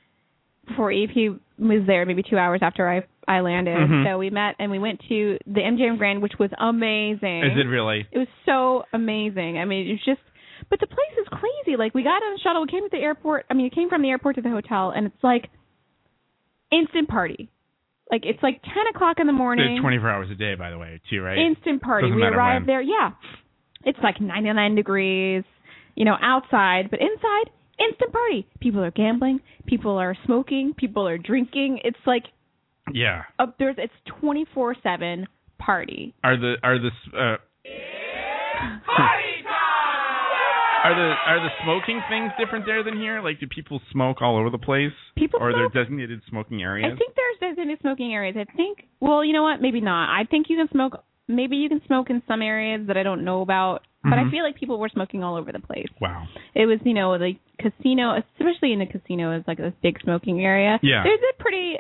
C: before Eve. He was there maybe two hours after I I landed.
B: Mhm.
C: So we met and we went to the MGM Grand, which was amazing.
B: Is it really?
C: It was so amazing. I mean, it's just. But the place is crazy. Like we got on a shuttle, we came to the airport. I mean, it came from the airport to the hotel, and it's like instant party. Like it's like ten o'clock in the morning.
B: It's 24 hours a day, by the way, too, right?
C: Instant party.
B: Doesn't
C: we
B: matter
C: arrived
B: when.
C: there. Yeah, it's like 99 degrees, you know, outside, but inside, instant party. People are gambling. People are smoking. People are drinking. It's like
B: Yeah.
C: up there's it's 24 seven party.
B: Are the are the s- uh, are the are the smoking things different there than here? Like, do people smoke all over the place?
C: People
B: or
C: smoke-
B: their designated smoking areas?
C: I think there's designated smoking areas. I think. Well, you know what? Maybe not. I think you can smoke. Maybe you can smoke in some areas that I don't know about. But I
B: Mhm.
C: feel like people were smoking all over the place.
B: Wow.
C: It was, you know, the casino, especially in the casino, is like a big smoking area.
B: Yeah.
C: There's a pretty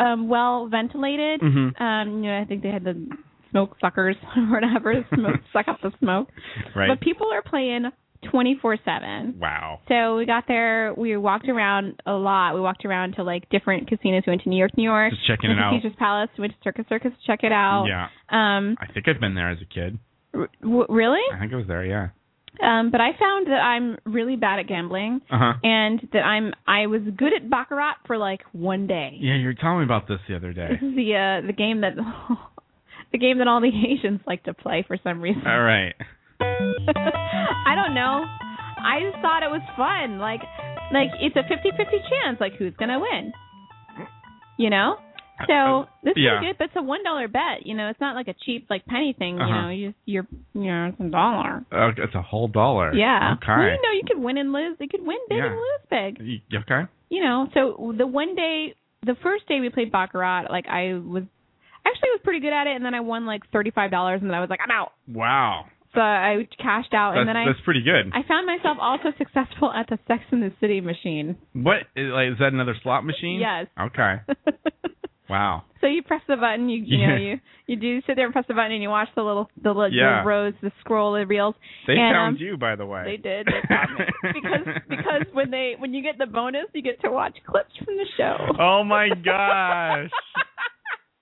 C: um well ventilated.
B: Mhm.
C: Um, you know, I think they had the smoke suckers or whatever smoke suck up the smoke.
B: Right.
C: But people are playing twenty four seven.
B: wow.
C: So we got there. We walked around a lot. We walked around to like different casinos. We went to New York, New York.
B: Just checking
C: went
B: it
C: to
B: out.
C: Caesar's Palace. Went to Circus Circus. to Check it out.
B: Yeah.
C: Um.
B: I think I've been there as a kid.
C: r- w- really?
B: I think I was there. Yeah.
C: Um. But I found that I'm really bad at gambling,
B: Uh huh.
C: and that I'm I was good at baccarat for like one day.
B: Yeah, you were telling me about this the other day.
C: This is the uh, the game that the game that all the Asians like to play for some reason.
B: All right.
C: I don't know. I just thought it was fun. Like like it's a 50-50 chance like who's going to win. You know? So this
B: Uh, yeah.
C: is good, but it's a one dollar bet. You know, it's not like a cheap like penny thing. You
B: Uh-huh.
C: know, you just you're you know it's a dollar.
B: Oh, it's a whole dollar.
C: Yeah. Well,
B: Okay.
C: you know, you could win and lose. You could win big and
B: Yeah.
C: lose big.
B: You- okay.
C: You know, so the one day, the first day we played baccarat, like I was actually was pretty good at it, and then I won like thirty five dollars, and then I was like, I'm out.
B: Wow.
C: So I cashed out,
B: That's,
C: and then I
B: that's pretty good.
C: I found myself also successful at the Sex in the City machine.
B: What is, like, is that another slot machine?
C: Yes.
B: Okay. wow.
C: So you press the button, you you know
B: Yeah.
C: you you do sit there and press the button and you watch the little the, li-
B: Yeah.
C: the rows, the scroll, the reels.
B: They
C: and,
B: found
C: um,
B: you, by the way.
C: They did. They found me. because because when they when you get the bonus, you get to watch clips from the show.
B: Oh my gosh.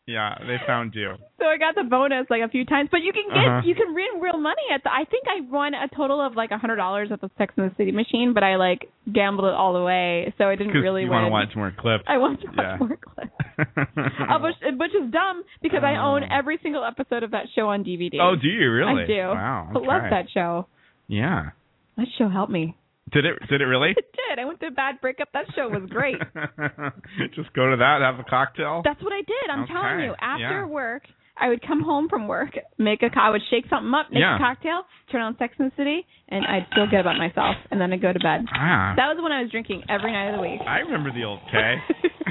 B: yeah, they found you.
C: So I got the bonus like a few times, but you can get
B: Uh-huh.
C: you can win real money at the. I think I won a total of like a hundred dollars at the Sex and the City machine, but I like gambled it all the way, so I didn't
B: 'Cause
C: really
B: you
C: win.
B: want to watch more clips.
C: I want to watch
B: Yeah.
C: more clips. Uh, which, which is dumb because I own every single episode of that show on DVD.
B: Oh, do you really?
C: I do.
B: Wow.
C: I love
B: okay.
C: that show.
B: Yeah.
C: That show helped me.
B: Did it? Did it really?
C: It did. I went through a bad breakup. That show was great.
B: Just go to that, have a cocktail.
C: That's what I did. I'm telling
B: Okay,
C: you. After
B: yeah.
C: work, I would come home from work, make a co- I would shake something up, make
B: Yeah.
C: a cocktail, turn on Sex and the City, and I'd feel good about myself, and then I'd go to bed.
B: Ah.
C: That was when I was drinking every night of the week.
B: I remember the old K.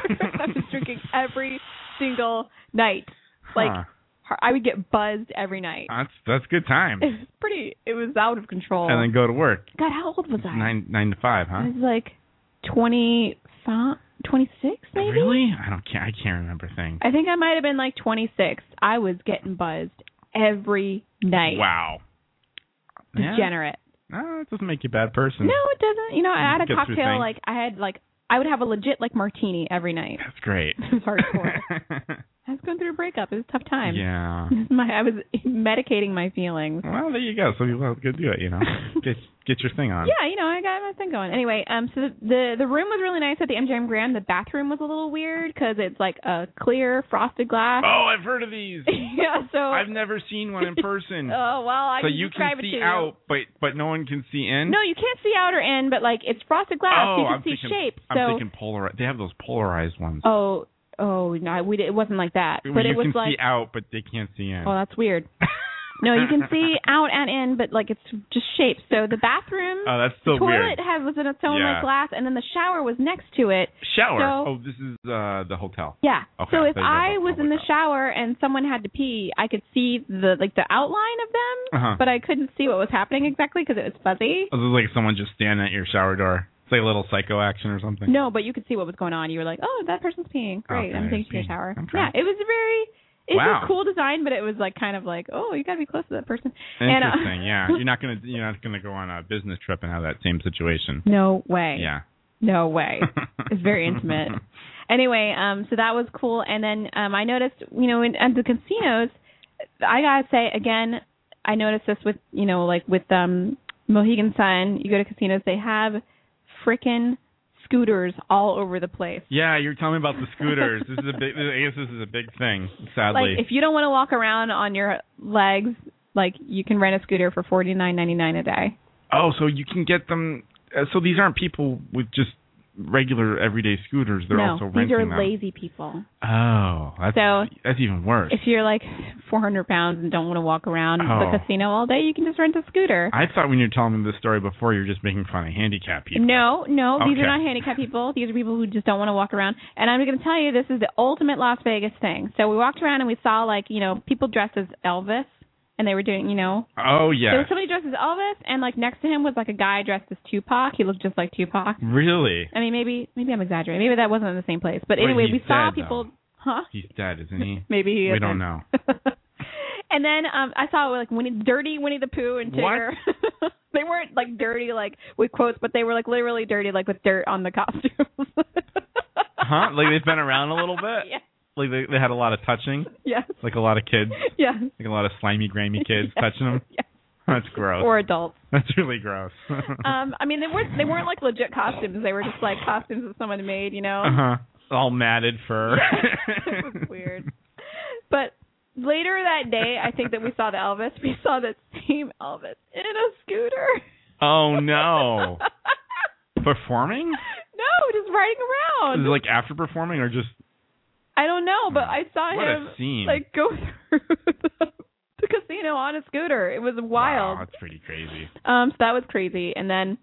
C: I was drinking every single night. Like
B: Huh.
C: har- I would get buzzed every night.
B: That's that's good time.
C: It was pretty. It was out of control.
B: Um. And then go to work.
C: God, how old was I?
B: Nine nine to five, huh?
C: I was like twenty five, twenty six, maybe.
B: Really? I don't care. I can't remember things.
C: I think I might have been like 26. I was getting buzzed every night.
B: Wow. Yeah.
C: Degenerate.
B: No, it doesn't make you a bad person.
C: No, it doesn't. You know, I had a
B: Hmm. Get through
C: cocktail
B: things.
C: like I had like I would have a legit like martini every night.
B: That's great.
C: It was hardcore. I was going through a breakup. It was a tough time.
B: yeah.
C: My I was medicating my feelings.
B: Well, there you go. So you well, go do it. You know, get get your thing on.
C: Yeah, you know, I got my thing going. Anyway, um, so the the, the room was really nice at the MGM Grand. The bathroom was a little weird because it's like a clear frosted glass.
B: Oh, I've heard of these.
C: yeah. So
B: I've never seen one in person.
C: Oh well, I
B: so
C: can
B: you
C: describe
B: can
C: it
B: see
C: to you.
B: out, but but no one can see in.
C: No, you can't see out or in, but like it's frosted glass.
B: oh,
C: you can
B: I'm
C: see
B: thinking,
C: shapes.
B: I'm
C: So
B: thinking polarized. They have those polarized ones.
C: oh oh no, we did, it wasn't like that.
B: where
C: but
B: you
C: it was
B: can
C: like
B: see out, but they can't see in.
C: oh that's weird. no, you can see out and in, but like it's just shapes. So the bathroom.
B: Oh, that's still
C: the toilet
B: weird.
C: had was in its own
B: Yeah.
C: like glass, and then the shower was next to it.
B: Shower.
C: So-
B: oh, this is uh the hotel.
C: Yeah.
B: Okay,
C: so if
B: there you
C: I
B: go.
C: was in the shower and someone had to pee, I could see the like the outline of them,
B: Uh-huh.
C: but I couldn't see what was happening exactly because it was fuzzy.
B: Oh, this is like someone just standing at your shower door. It's like a little psycho action or something.
C: No, but you could see what was going on. You were like, "Oh, that person's peeing. Great,
B: Okay,
C: I'm
B: they're
C: taking a
B: peeing.
C: shower."
B: Okay.
C: Yeah, it was a very it was
B: Wow.
C: a cool design, but it was like kind of like, "Oh, you got to be close to that person." And, uh,
B: Interesting. yeah, you're not gonna you're not gonna go on a business trip and have that same situation.
C: No way.
B: Yeah.
C: No way. It's very intimate. Anyway, um, so that was cool. And then um, I noticed, you know, in, at the casinos, I gotta say again, I noticed this with, you know, like with um, Mohegan Sun. You go to casinos, they have frickin' scooters all over the place.
B: Yeah, you're telling me about the scooters. this is a big. I guess this is a big thing. Sadly,
C: Like if you don't want to walk around on your legs, like you can rent a scooter for forty nine ninety nine a day.
B: Oh, so you can get them. Uh, so these aren't people with just regular everyday scooters. They're
C: no,
B: also renting
C: these are
B: them.
C: lazy people.
B: Oh, that's
C: So-
B: that's even worse.
C: If you're like four hundred pounds and don't want to walk around the
B: Oh.
C: casino all day, you can just rent a scooter.
B: I thought when you were telling me this story before, you were just making fun of handicapped people.
C: No, no, these
B: Okay.
C: are not handicapped people. These are people who just don't want to walk around. And I'm going to tell you, this is the ultimate Las Vegas thing. So we walked around and we saw like you know people dressed as Elvis, and they were doing you know
B: Oh
C: There
B: yeah,
C: was somebody dressed as Elvis, and like next to him was like a guy dressed as Tupac. He looked just like Tupac.
B: really?
C: I mean, maybe maybe I'm exaggerating. Maybe that wasn't in the same place. But
B: Wait,
C: anyway,
B: he's
C: we saw
B: dead,
C: people,
B: though.
C: huh?
B: He's dead, isn't he?
C: Maybe he.
B: we
C: isn't.
B: don't know.
C: And then um I saw like Winnie, dirty Winnie the Pooh and
B: What?
C: Tigger. they weren't like dirty like with quotes, but they were like literally dirty like with dirt on the costume.
B: Huh? Uh-huh. Like they've been around a little bit.
C: Yeah.
B: Like they, they had a lot of touching.
C: Yes.
B: Like a lot of kids.
C: Yeah.
B: Like a lot of slimy, grimy kids touching them. That's gross.
C: Or adults.
B: That's really gross.
C: Um I mean they weren't they weren't like legit costumes. They were just like costumes that someone made, you know.
B: uh huh. All matted fur.
C: it was weird. But later that day, I think that we saw the Elvis. We saw the same Elvis in a scooter.
B: oh no. Performing?
C: No, just riding
B: Is
C: around.
B: it like after performing or just
C: I don't know, but I saw
B: What a
C: him
B: scene.
C: like go through the, the casino on a scooter. It was wild.
B: Wow, that's pretty crazy.
C: Um, so that was crazy. And then,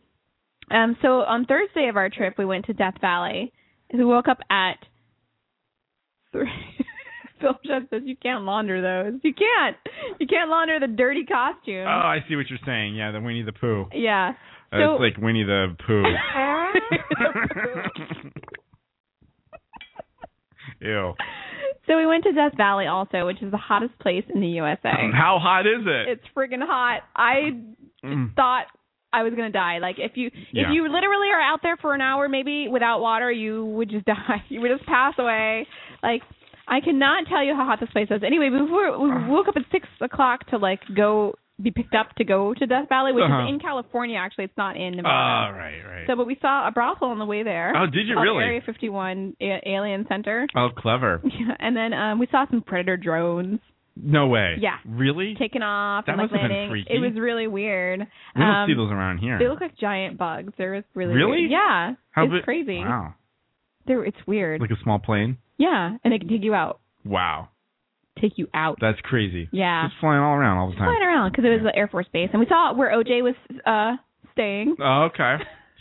C: um, so on Thursday of our trip, we went to Death Valley. We woke up at three. Phil just says you can't launder those. You can't. You can't launder the dirty costume.
B: Oh, I see what you're saying. Yeah, the Winnie the Pooh.
C: yeah.
B: Uh,
C: So-
B: it's like Winnie the Pooh. Ew.
C: so we went to Death Valley also, which is the hottest place in the USA.
B: How hot is it?
C: It's friggin' hot. I
B: Mm.
C: thought I was gonna die. Like if you
B: Yeah.
C: if you literally are out there for an hour maybe without water, you would just die. You would just pass away. Like I cannot tell you how hot this place is. Anyway, we were, we woke up at six o'clock to like go be picked up to go to Death Valley, which
B: Uh-huh.
C: is in California actually. It's not in
B: Oh,
C: Nevada.
B: right, right.
C: Uh, So, but we saw a brothel on the way there.
B: Oh, did you
C: called
B: really?
C: Area 51 A- Alien Center.
B: oh, clever.
C: Yeah, and then um we saw some predator drones
B: No way.
C: Yeah.
B: Really?
C: taking off
B: That
C: and like
B: must have been
C: landing.
B: freaky.
C: It was really weird.
B: We don't
C: um,
B: see those around here.
C: They look like giant bugs. They're just really
B: Really?
C: weird. yeah.
B: How
C: it's
B: big-
C: crazy.
B: Wow.
C: They're it's weird.
B: Like a small plane?
C: yeah, and they can take you out.
B: Wow.
C: Take you out.
B: That's crazy.
C: yeah,
B: Just flying all around all the time.
C: flying around because it was the Air Force Base, and we saw where OJ was uh staying.
B: Oh, okay.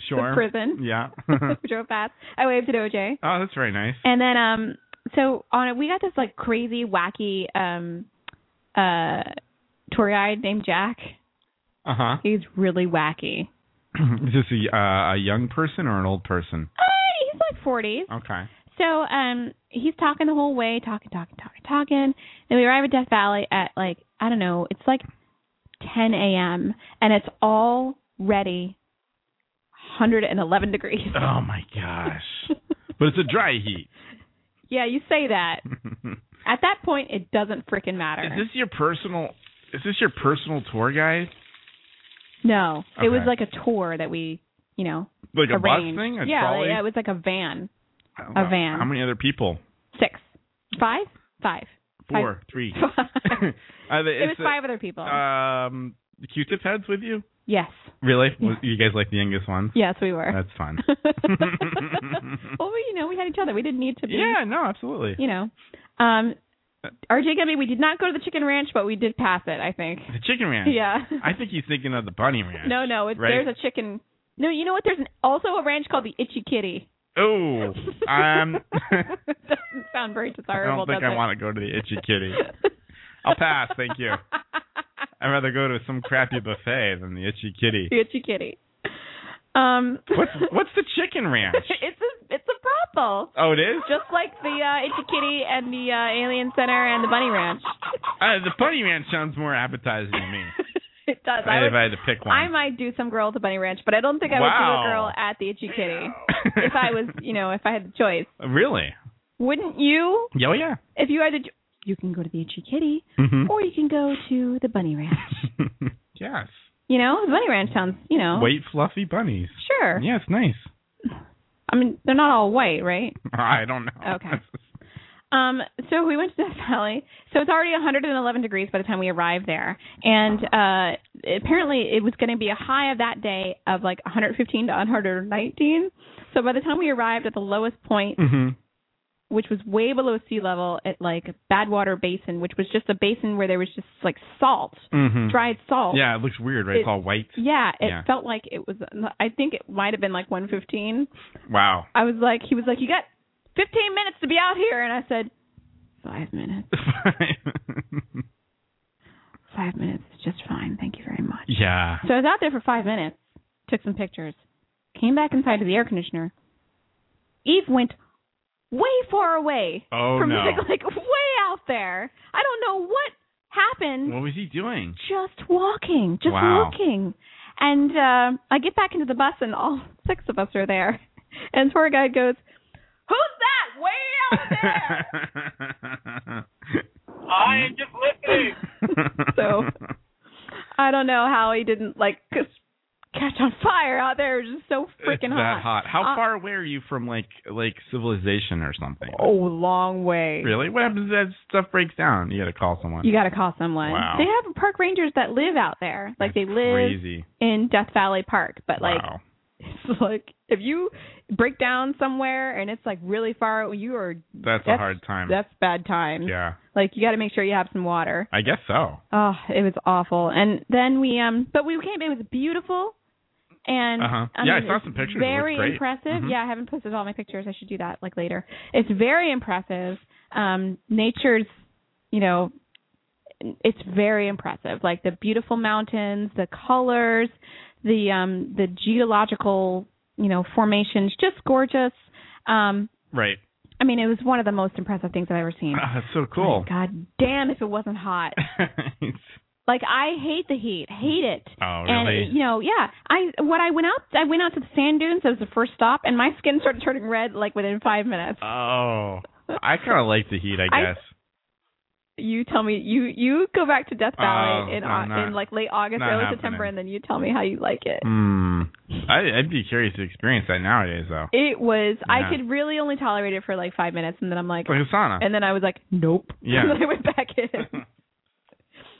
B: Sure.
C: The prison.
B: Yeah.
C: we drove past. I waved at OJ,
B: oh, that's very nice.
C: and then um, so on it we got this like crazy wacky um, uh, tory eyed named Jack.
B: Uh huh.
C: He's really wacky.
B: Is this a, uh, a young person or an old person?
C: Uh, he's like forties.
B: Okay.
C: So um he's talking the whole way, talking, talking, talking, talking. And we arrive at Death Valley at like I don't know, it's like ten AM and it's already hundred and eleven degrees.
B: Oh my gosh. but it's a dry heat.
C: yeah, you say that.
B: is
C: At that point it doesn't freaking matter.
B: this your personal? Is this your personal tour guide?
C: no. It was
B: Okay.
C: like a tour that we you know
B: Like a bus
C: arranged.
B: thing? A
C: yeah,
B: trolley?
C: yeah, it was like a van.
B: I don't
C: a
B: know.
C: van.
B: How many other people?
C: Six. Five? Five.
B: Four, three.
C: Five.
B: Are they-
C: it was
B: it's a-
C: five other people.
B: Um, the Q-tip heads with you?
C: yes.
B: Really? Was- You guys like the youngest ones?
C: Yes, we were.
B: That's fun.
C: well, we, you know, we had each other. We didn't need to be,
B: yeah. No, absolutely.
C: you know. Um, RJ Gumby, we did not go to the Chicken Ranch, but we did pass it, I think.
B: The chicken ranch.
C: Yeah.
B: I think he's thinking of the bunny ranch.
C: no, no, it's,
B: right?
C: there's a chicken. No, you know what? There's an, also a ranch called the Itchy Kitty.
B: Oh, um,
C: Doesn't sound very
B: I
C: desirable.
B: don't think
C: does
B: I
C: it?
B: want to go to the itchy kitty. I'll pass, thank you. I'd rather go to some crappy buffet than the itchy kitty.
C: The Itchy Kitty. Um,
B: What's what's the chicken ranch?
C: it's a it's a brothel,
B: Oh, it is.
C: just like the uh, Itchy Kitty and the uh, Alien Center and the Bunny Ranch.
B: Uh, the bunny ranch sounds more appetizing to me.
C: it does. I
B: I- if
C: would-
B: I had to pick one.
C: I might do some girl at the Bunny Ranch, but I don't think I would do a
B: Wow.
C: girl at the Itchy Kitty if I was, you know, if I had the choice.
B: really?
C: Wouldn't you?
B: Yeah, Oh, yeah.
C: If you had to, cho- you can go to the Itchy Kitty,
B: Mhm.
C: or you can go to the Bunny Ranch. Mm-hmm.
B: Yes.
C: You know, the Bunny Ranch sounds, you know,
B: White fluffy bunnies.
C: Oh. sure.
B: Yeah, it's nice.
C: I mean, they're not all white, right?
B: I don't know.
C: Okay. Um, so we went to Death Valley. So it's already 111 degrees by the time we arrived there, and uh, apparently it was going to be a high of that day of like 115 to 119. So by the time we arrived at the lowest point,
B: Mm-hmm.
C: which was way below sea level at like Badwater Basin, which was just a basin where there was just like salt,
B: Mhm.
C: dried salt.
B: Yeah, it looks weird, right? It's
C: It-
B: all white.
C: Yeah, it
B: Yeah.
C: felt like it was. I think it might have been like 115.
B: Wow.
C: I was like, he was like, you got 15 minutes to be out here, and I said, Five minutes. five minutes is just fine. Thank you very much.
B: yeah.
C: So I was out there for five minutes, took some pictures, came back inside to the air conditioner. Eve went way far away
B: Oh,
C: from
B: no.
C: the, like way out there. I don't know what happened.
B: What was he doing?
C: Just walking, just
B: Wow.
C: looking. And uh, I get back into the bus, and all six of us are there. And tour guide goes, "Who's that way out there?"
G: I am just listening.
C: so I don't know how he didn't like c- catch on fire out there. It was just so
B: It's
C: freaking
B: that hot. How
C: Uh,
B: far away are you from like like civilization or something?
C: Oh, long way.
B: Really? What happens if that stuff breaks down? You got to call someone.
C: You got to call someone.
B: Wow.
C: They have park rangers that live out there. Like they live
B: crazy.
C: in Death Valley Park, but like
B: Wow.
C: it's like if you break down somewhere and it's like really far, you are
B: That's, a hard time.
C: That's bad times.
B: yeah.
C: Like you got to make sure you have some water.
B: I guess so.
C: Oh, it was awful. And then we um but we came it was beautiful and
B: Uh-huh.
C: I
B: Yeah, I
C: mean,
B: saw
C: it's
B: some pictures. It looked
C: Very
B: great.
C: impressive.
B: Mhm.
C: Yeah, I haven't posted all my pictures. I should do that like later. It's very impressive. Um nature's, you know, it's very impressive. Like the beautiful mountains, the colors, the um the geological, you know, formations, just gorgeous. Um
B: Right.
C: I mean, it was one of the most impressive things I've ever seen.
B: Ah, that's so cool.
C: God damn if it wasn't hot. Like I hate the heat, hate it.
B: oh,
C: And
B: really?
C: you know, yeah. I what I went out, I went out to the sand dunes. That was the first stop, and my skin started turning red like within five minutes.
B: Oh, I kind of like the heat, I
C: I-
B: guess.
C: You tell me, you you go back to Death Valley
B: Oh,
C: in
B: no,
C: Au-
B: not-
C: in like late August,
B: not
C: early
B: happening.
C: September, and then you tell me how you like it.
B: Hmm. I, I'd be curious to experience that nowadays, though.
C: It was
B: Yeah.
C: I could really only tolerate it for like five minutes, and then I'm like,
B: It's like a sauna.
C: and then I was like, nope.
B: Yeah.
C: And then I went back in. it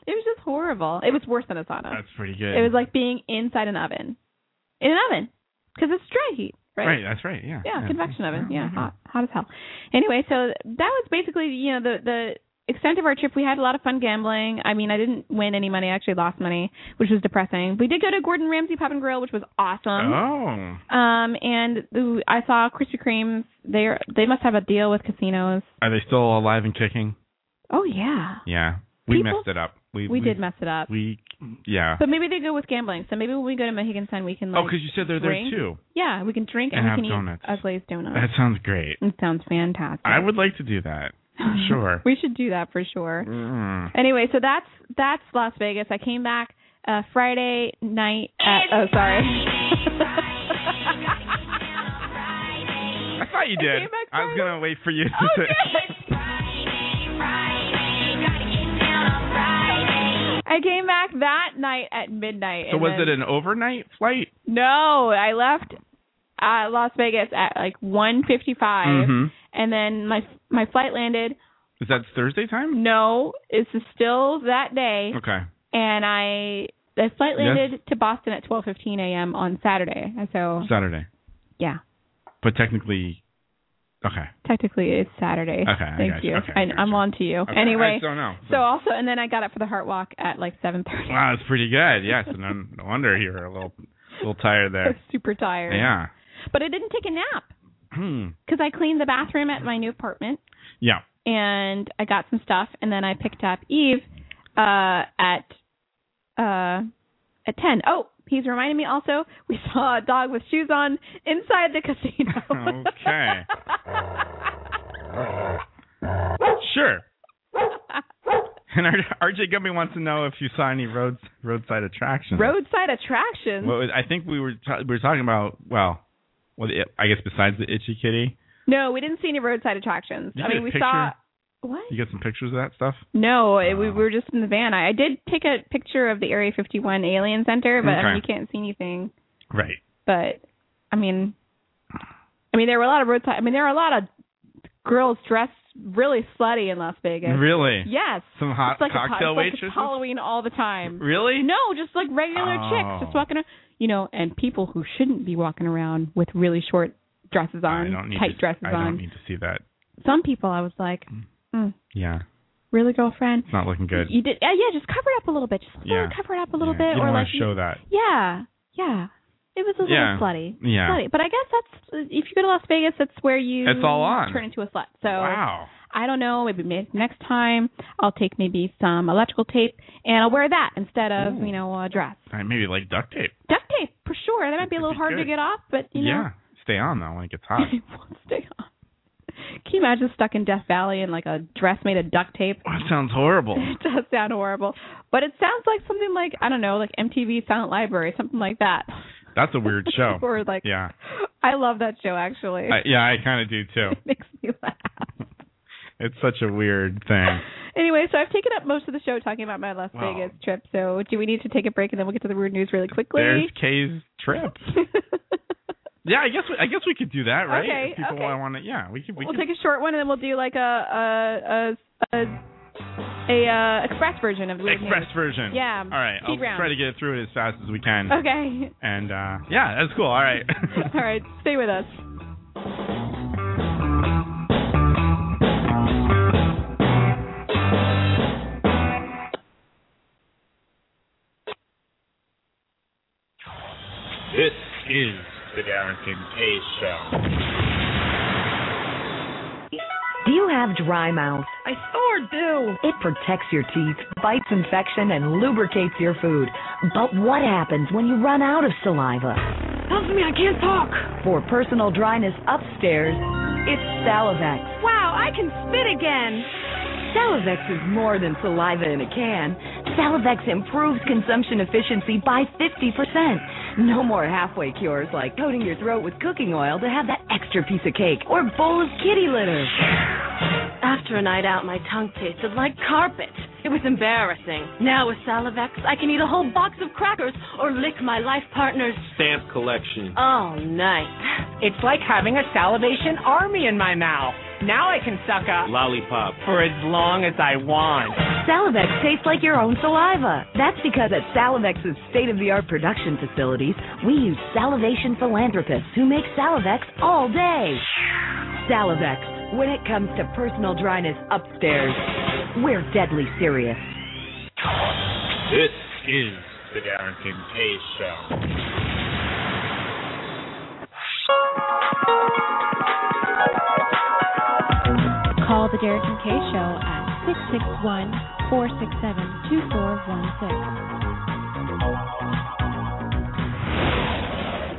C: was just horrible. It was worse than a sauna.
B: That's pretty good.
C: It was like being inside an oven, in an oven, because it's dry heat, right?
B: That's right. Yeah. Mm-hmm.
C: Yeah, convection oven. Yeah, hot, hot as hell. Anyway, so that was basically you know the the extent of our trip. We had a lot of fun gambling. I mean, I didn't win any money. I actually lost money, which was depressing. We did go to Gordon Ramsay Pub and Grill, which was awesome.
B: Oh.
C: Um, and the, I saw Krispy Kremes. They are they must have a deal with casinos.
B: Are they still alive and kicking?
C: Oh yeah,
B: Yeah. We
C: People-
B: messed it up. We,
C: we, did mess it up.
B: We yeah.
C: but maybe they go with gambling. So maybe when we go to Mohegan Sun, we can
B: Oh,
C: like
B: 'cause you said they're there,
C: drink.
B: too.
C: Yeah, we can drink
B: And
C: and,
B: have
C: we can
B: donuts.
C: eat a glazed donut.
B: That sounds great.
C: It sounds fantastic.
B: I would like to do that. Sure.
C: we should do that for sure.
B: Mm.
C: Anyway, so that's that's Las Vegas. I came back uh Friday night. At, oh, sorry.
B: I thought you
C: I
B: did.
C: came back
B: I was gonna wait for you. To
C: Oh,
B: say-
C: I came back that night at midnight.
B: so
C: and
B: was
C: then-
B: it an overnight flight?
C: No, I left uh Las Vegas at like 1:55
B: Mhm.
C: and then my my flight landed.
B: Is that Thursday time?
C: No, it's still that day.
B: Okay.
C: And I the flight landed to Boston at 12:15 a.m. on Saturday. And So
B: Saturday.
C: yeah,
B: But technically, okay.
C: technically it's Saturday.
B: Okay, I
C: Thank
B: got you.
C: you.
B: Okay, I
C: I,
B: got
C: I'm on to you.
B: Okay,
C: Anyway,
B: I don't know.
C: so also and then I got up for the heart walk at like 7:30.
B: Wow, that's pretty good. Yes, and no no wonder you were a little, little tired
C: I was
B: there.
C: super tired.
B: Yeah.
C: But I didn't take a nap
B: Hmm.
C: because I cleaned the bathroom at my new apartment.
B: Yeah.
C: and I got some stuff, and then I picked up Eve uh, at uh, at ten. Oh, he's reminding me also we saw a dog with shoes on inside the casino.
B: Okay. sure. And R- RJ Gumby wants to know if you saw any road roadside attractions.
C: Roadside attractions.
B: Well, I think we were ta- we were talking about well, well, the, I guess besides the itchy kitty,
C: No, we didn't see any roadside attractions.
B: Did you
C: I
B: get
C: mean,
B: a
C: we
B: picture?
C: saw. What?
B: you Oh. got some pictures of that stuff.
C: No, it, we were just in the van. I, I did take a picture of the Area 51 Alien Center, but
B: Okay.
C: we can't see anything.
B: Right.
C: But I mean, I mean, there were a lot of roadside. I mean, there are a lot of girls dressed really slutty in Las Vegas.
B: Really?
C: Yes.
B: Some hot
C: it's like
B: cocktail
C: a, it's like
B: waitresses.
C: it's Halloween all the time.
B: Really?
C: No, just like regular
B: Oh.
C: chicks just walking, ar- you know, and people who shouldn't be walking around with really short dresses on,
B: I don't need
C: tight
B: to,
C: dresses
B: I
C: on.
B: don't need to see that.
C: Some people, I was like, mm,
B: Yeah,
C: really, girlfriend?
B: it's not looking good.
C: You did, uh, yeah. Just cover it up a little bit. Just uh,
B: Yeah.
C: cover it up a little
B: you
C: bit,
B: don't
C: or
B: want
C: like,
B: to show that.
C: yeah, yeah. It was a little
B: Yeah.
C: slutty.
B: Yeah.
C: Slutty. But I guess that's if you go to Las Vegas, that's where you
B: It's all on.
C: turn into a slut. So
B: Wow.
C: I don't know. Maybe ma- next time I'll take maybe some electrical tape and I'll wear that instead of
B: Ooh.
C: you know a dress.
B: I maybe like duct tape.
C: Duct tape for sure. That might be a little hard to
B: good.
C: get off, but you know,
B: yeah, stay on though when it gets hot.
C: it won't stay on. Can you imagine stuck in Death Valley in like a dress made of duct tape?
B: Oh, that sounds horrible.
C: It does sound horrible, but it sounds like something like I don't know, like MTV Silent Library, something like that.
B: That's a weird show.
C: or like
B: yeah,
C: I love that show actually.
B: I, yeah, I kind of do too.
C: It makes me laugh.
B: It's such a weird thing.
C: Anyway, so I've taken up most of the show talking about my Las
B: Wow.
C: Vegas trip. So do we need to take a break and then we'll get to the weird news really quickly?
B: There's Kay's trip. yeah, I guess we, I guess we could do that, right?
C: Okay,
B: If people
C: okay.
B: want to, yeah, we could. We
C: we'll
B: could,
C: take a short one and then we'll do like a a a a, a, uh, express version of the weird
B: express
C: news.
B: version.
C: Yeah,
B: All right,
C: speed
B: I'll
C: round.
B: try to get through it as fast as we can.
C: Okay.
B: And uh, yeah, that's cool. All right.
C: All right, stay with us.
L: This is the Derek and Kay Show.
O: Do you have dry mouth? I sure do. It protects your teeth, fights infection, and lubricates your food. But what happens when you run out of saliva? Helps me, I can't talk. For personal dryness upstairs, it's Salivex.
M: Wow, I can spit again.
O: Salivex is more than saliva in a can. Salivex improves consumption efficiency by 50%. No more halfway cures like coating your throat with cooking oil to have that extra piece of cake or bowl of kitty litter.
P: After a night out, my tongue tasted like carpet. It was embarrassing. Now with Salivex, I can eat a whole box of crackers or lick my life partner's.
Q: Stamp collection.
P: Oh, nice.
R: It's like having a salivation army in my mouth. Now I can suck up
Q: Lollipop.
R: for as long as I want.
O: Salivex tastes like your own saliva. That's because at Salivex's state of the art production facilities, we use salivation philanthropists who make Salivex all day. Salivex, when it comes to personal dryness upstairs, we're deadly serious.
L: This is the Derek and Kay Show.
D: Call the Derek and Kay Show at 661 467 2416.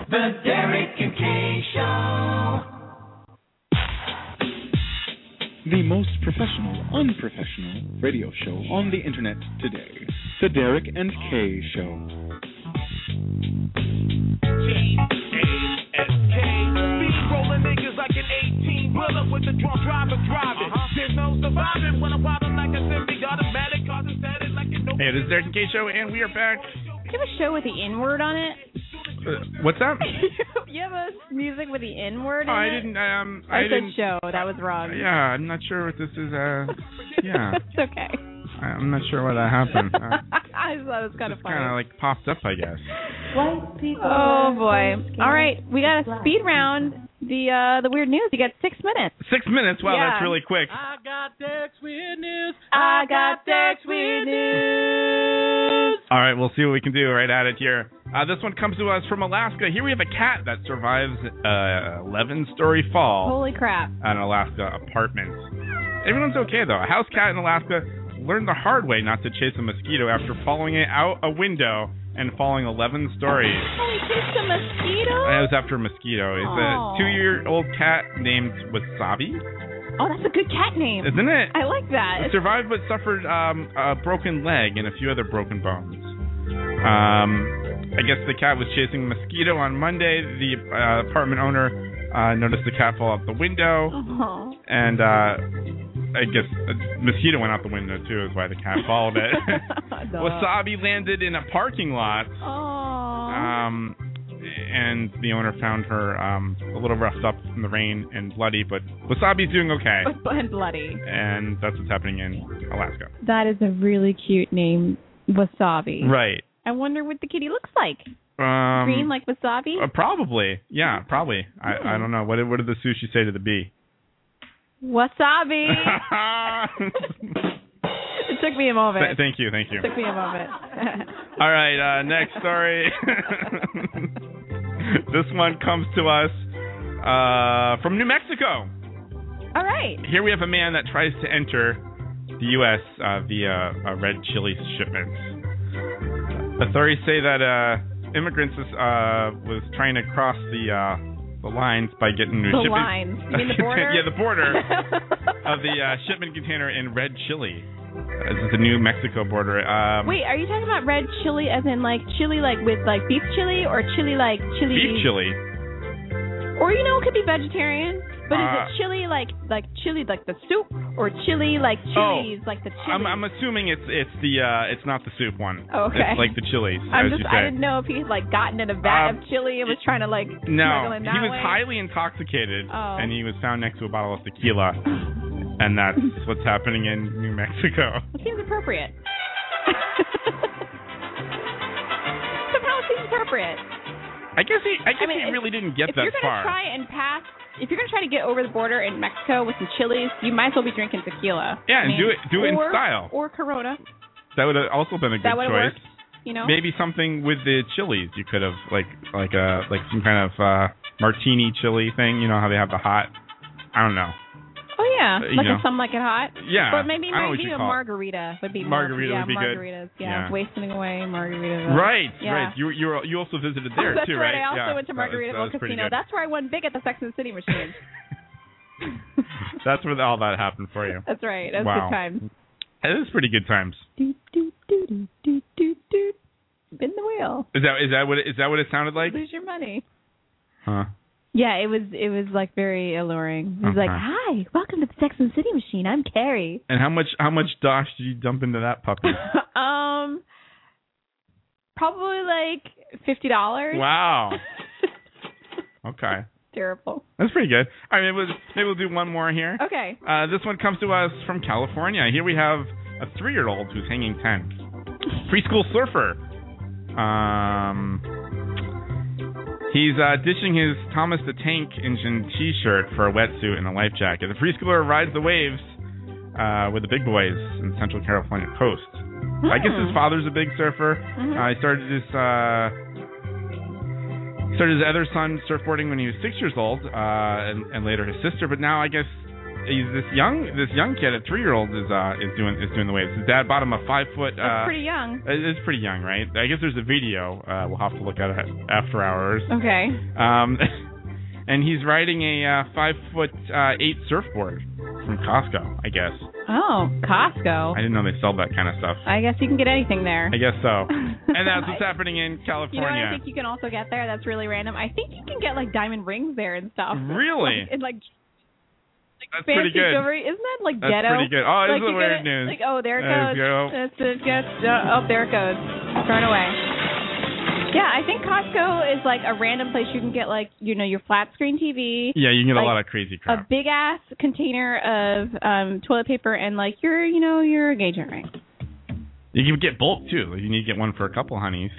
E: The Derek and Kay Show.
L: The most professional, unprofessional radio show on the internet today. The Derek and Kay Show.
S: K. Rolling niggas like an 18 wheeler with the drunk driver driving.
H: Uh-huh.
S: There's no surviving when I'm wildin' like a semi automatic, causing static like a no.
B: Hey, this is Derek and Kay Show, and we are back.
C: Do you have a show with the N word on it?
B: Uh, what's up? Oh,
C: you have a music with the N word in
B: I
C: it?
B: didn't. Um,
C: I,
B: I
C: said
B: didn't-
C: show. That was wrong.
B: Yeah, I'm not sure what this is. Uh, yeah,
C: it's okay.
B: I- I'm not sure why that happened. Uh,
C: I just thought it was kind of funny.
B: kind of like popped up, I guess.
C: White people. Oh boy! All right, we got a speed round. The uh, the weird news. You got six minutes.
B: Six minutes. Wow, that's
C: Yeah. Ah.
B: really quick.
S: I got Dex weird news.
C: I got Dex weird news.
B: All right, we'll see what we can do right at it here. Uh, this one comes to us from Alaska. Here we have a cat that survives uh, 11 story fall
C: Holy crap!
B: at an Alaska apartment. Everyone's okay, though. A house cat in Alaska learned the hard way not to chase a mosquito after following it out a window and falling 11 stories.
C: Holy shit, a mosquito!
B: That was after a mosquito. It's
C: Aw.
B: a two year old cat named Wasabi.
C: Oh, that's a good cat name.
B: Isn't it?
C: I like that.
B: Survived but suffered um, a broken leg and a few other broken bones. Um, I guess the cat was chasing a mosquito on Monday. The uh, apartment owner uh, noticed the cat fall out the window,
C: Oh.
B: and uh, I guess a mosquito went out the window too, is why the cat followed it. Wasabi landed in a parking lot. Um, and the owner found her um, a little roughed up from the rain and bloody, but Wasabi's doing okay.
C: And bloody.
B: And that's what's happening in Alaska.
C: That is a really cute name, Wasabi.
B: Right.
C: I wonder what the kitty looks like.
B: Um,
C: Green Hmm. like wasabi?
B: uh, probably. Yeah, probably. I, I don't know. What did, what did the sushi say to the bee?
C: Wasabi.
B: it
C: took me a moment.
B: Th- thank you, thank you.
C: It took me a moment.
B: All right, uh, next story. this one comes to us uh, from New Mexico.
C: All right.
B: Here we have a man that tries to enter the U.S. Uh, via uh, red chili shipments. Authorities say that uh, immigrants was, uh, was trying to cross the uh, the lines by getting
C: The
B: shipping-
C: lines. You mean the border?
B: yeah, the border of the uh, shipment container in red chili. Uh, This is the New Mexico border. Um,
C: Wait, are you talking about red chili as in like chili like with like beef chili or chili like chili?
B: beef chili.
C: Or you know, it could be vegetarian. But
B: Uh,
C: is it chili like like chili like the soup or chili like
B: Oh,
C: chilies like the chili?
B: I'm, I'm assuming it's it's the uh, it's not the soup one.
C: Oh, okay.
B: It's like the chili.
C: I'm
B: as
C: just
B: you
C: I
B: say.
C: didn't know if he had like gotten in a vat
B: Um,
C: of chili and was trying to like
B: No,
C: smuggle in
B: he
C: that
B: was
C: way.
B: highly intoxicated,
C: Oh.
B: and he was found next to a bottle of tequila, and that's what's happening in New Mexico.
C: It seems appropriate. Somehow it seems appropriate.
B: I guess he, I guess
C: I mean,
B: he
C: if-
B: really didn't get
C: if
B: that
C: you're gonna
B: far.
C: try and pass, if you're gonna try to get over the border in Mexico with some chilies, you might as well be drinking tequila. I
B: Yeah, and
C: mean,
B: do it- do it in
C: or-
B: style.
C: Or Corona.
B: that would have also been a good
C: That would have
B: choice.
C: worked. You know.
B: Maybe something with the chilies. You could have like like a like some kind of uh, martini chili thing. You know how they have the hot. I don't know.
C: Oh yeah,
B: Uh, you
C: like
B: know.
C: a some like it hot.
B: Yeah,
C: But maybe
B: I don't know what
C: maybe
B: you
C: a
B: call it.
C: margarita would be more-
B: Margarita
C: yeah,
B: would be good.
C: margaritas, Yeah,
B: Yeah.
C: wasting away margaritas.
B: Right,
C: yeah.
B: right. You were- you were- you also visited there
C: That's
B: too,
C: right.
B: right?
C: I also
B: Yeah,
C: went to
B: that was- that was
C: Margaritaville
B: pretty
C: Casino.
B: good.
C: That's where I won big at the Sex and the City machine.
B: That's where all that happened for you.
C: That's right. That's
B: wow.
C: good times.
B: It was pretty good times.
C: Do do do. Spin the wheel.
B: Is that is that what it, is that what it sounded like?
C: Lose your money.
B: Huh.
C: Yeah, it was it was like very alluring. It was like,
B: Okay.
C: "Hi, welcome to the Sex and the City machine. I'm Carrie."
B: And how much how much dosh did you dump into that puppy?
C: um, probably like fifty dollars.
B: wow. Okay.
C: Terrible.
B: That's pretty good. All right, maybe we'll, maybe we'll do one more here.
C: Okay.
B: Uh, this one comes to us from California. Here we have a three-year-old who's hanging ten. Preschool surfer. Um, he's uh, ditching his Thomas the Tank Engine T-shirt for a wetsuit and a life jacket. The preschooler rides the waves uh, with the big boys in Central California coast. I guess his father's a big surfer.
S: Mhm.
B: Uh, he started his uh, started his other son surfboarding when he was six years old, uh, and, and later his sister. But now I guess he's this young this young kid, a three year old, is uh, is doing is doing the waves. His dad bought him a five foot.
C: That's
B: Uh,
C: pretty young.
B: it- it's pretty young, right? I guess there's a video. Uh, we'll have to look at it after hours.
C: Okay.
B: Um, and he's riding a uh, five foot uh, eight surfboard from Costco, I guess.
C: Oh,
B: I
C: Costco.
B: didn't know they sold that kind of stuff.
C: I guess you can get anything there.
B: I guess so. And that's what's happening in
C: You
B: California.
C: know what I think you can also get there? That's really random. I think you can get like diamond rings there and stuff.
B: Really?
C: Like, and like
B: that's
C: fancy
B: pretty good.
C: jewelry. Isn't that like
B: That's
C: ghetto?
B: pretty good. Oh, this
C: Like,
B: is
C: you
B: weird
C: get it-
B: news.
C: Like, oh, there it
B: There
C: goes.
B: you go.
C: That's it. Gets, uh, oh, there it goes. Thrown away. Yeah, I think Costco is like a random place you can get like you know your flat screen TV.
B: Yeah, you can get
C: like,
B: a lot of crazy crap.
C: A big ass container of um, toilet paper and like your you know your engagement ring.
B: You can get bulk too. You need to get one for a couple honeys.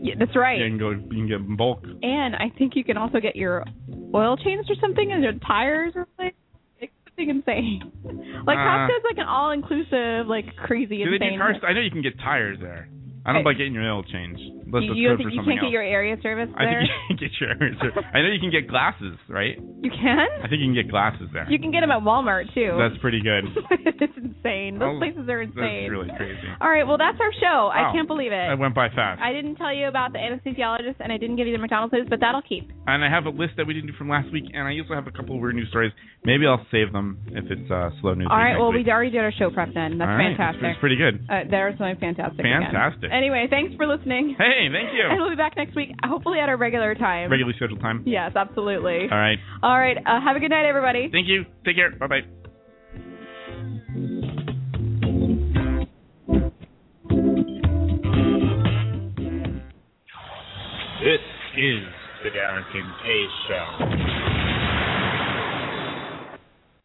C: Yeah, that's right.
B: You can go. You can get them bulk.
C: And I think you can also get your oil changed or something and your tires or like like something insane. Like
B: Uh,
C: Costco's like an all inclusive, like crazy
B: Do they do
C: insane.
B: tires? I know you can get tires there. I don't
C: Hey.
B: like getting your oil change. Unless
C: you
B: it's
C: you,
B: good
C: think
B: for
C: you
B: something
C: can't get
B: else.
C: your area service
B: I
C: there?
B: think you can get your. I know you can get glasses, right?
C: You can?
B: I think you can get glasses there.
C: You can get them at Walmart too.
B: That's pretty good.
C: it's insane. Those
B: Oh,
C: places are
B: That's
C: insane.
B: really crazy.
C: All right, well that's our show.
B: Wow.
C: I can't believe it.
B: That went by fast.
C: I didn't tell you about the anesthesiologist and I didn't give you the McDonald's news, but that'll keep.
B: And I have a list that we didn't do from last week, and I also have a couple of weird news stories. Maybe I'll save them if it's uh, slow news.
C: All
B: week
C: right,
B: next
C: well
B: week.
C: we already did our show prep then. That's
B: All right,
C: fantastic.
B: It's pretty good.
C: Uh, there's my fantastic. again.
B: Fantastic.
C: Anyway, thanks for listening.
B: Hey, thank you.
C: And we'll be back next week, hopefully at our regular time.
B: Regularly scheduled time.
C: Yes, absolutely.
B: All right.
C: All right. Uh, have a good night, everybody.
B: Thank you. Take care. Bye bye.
Q: This is the Darren Kincaid Show.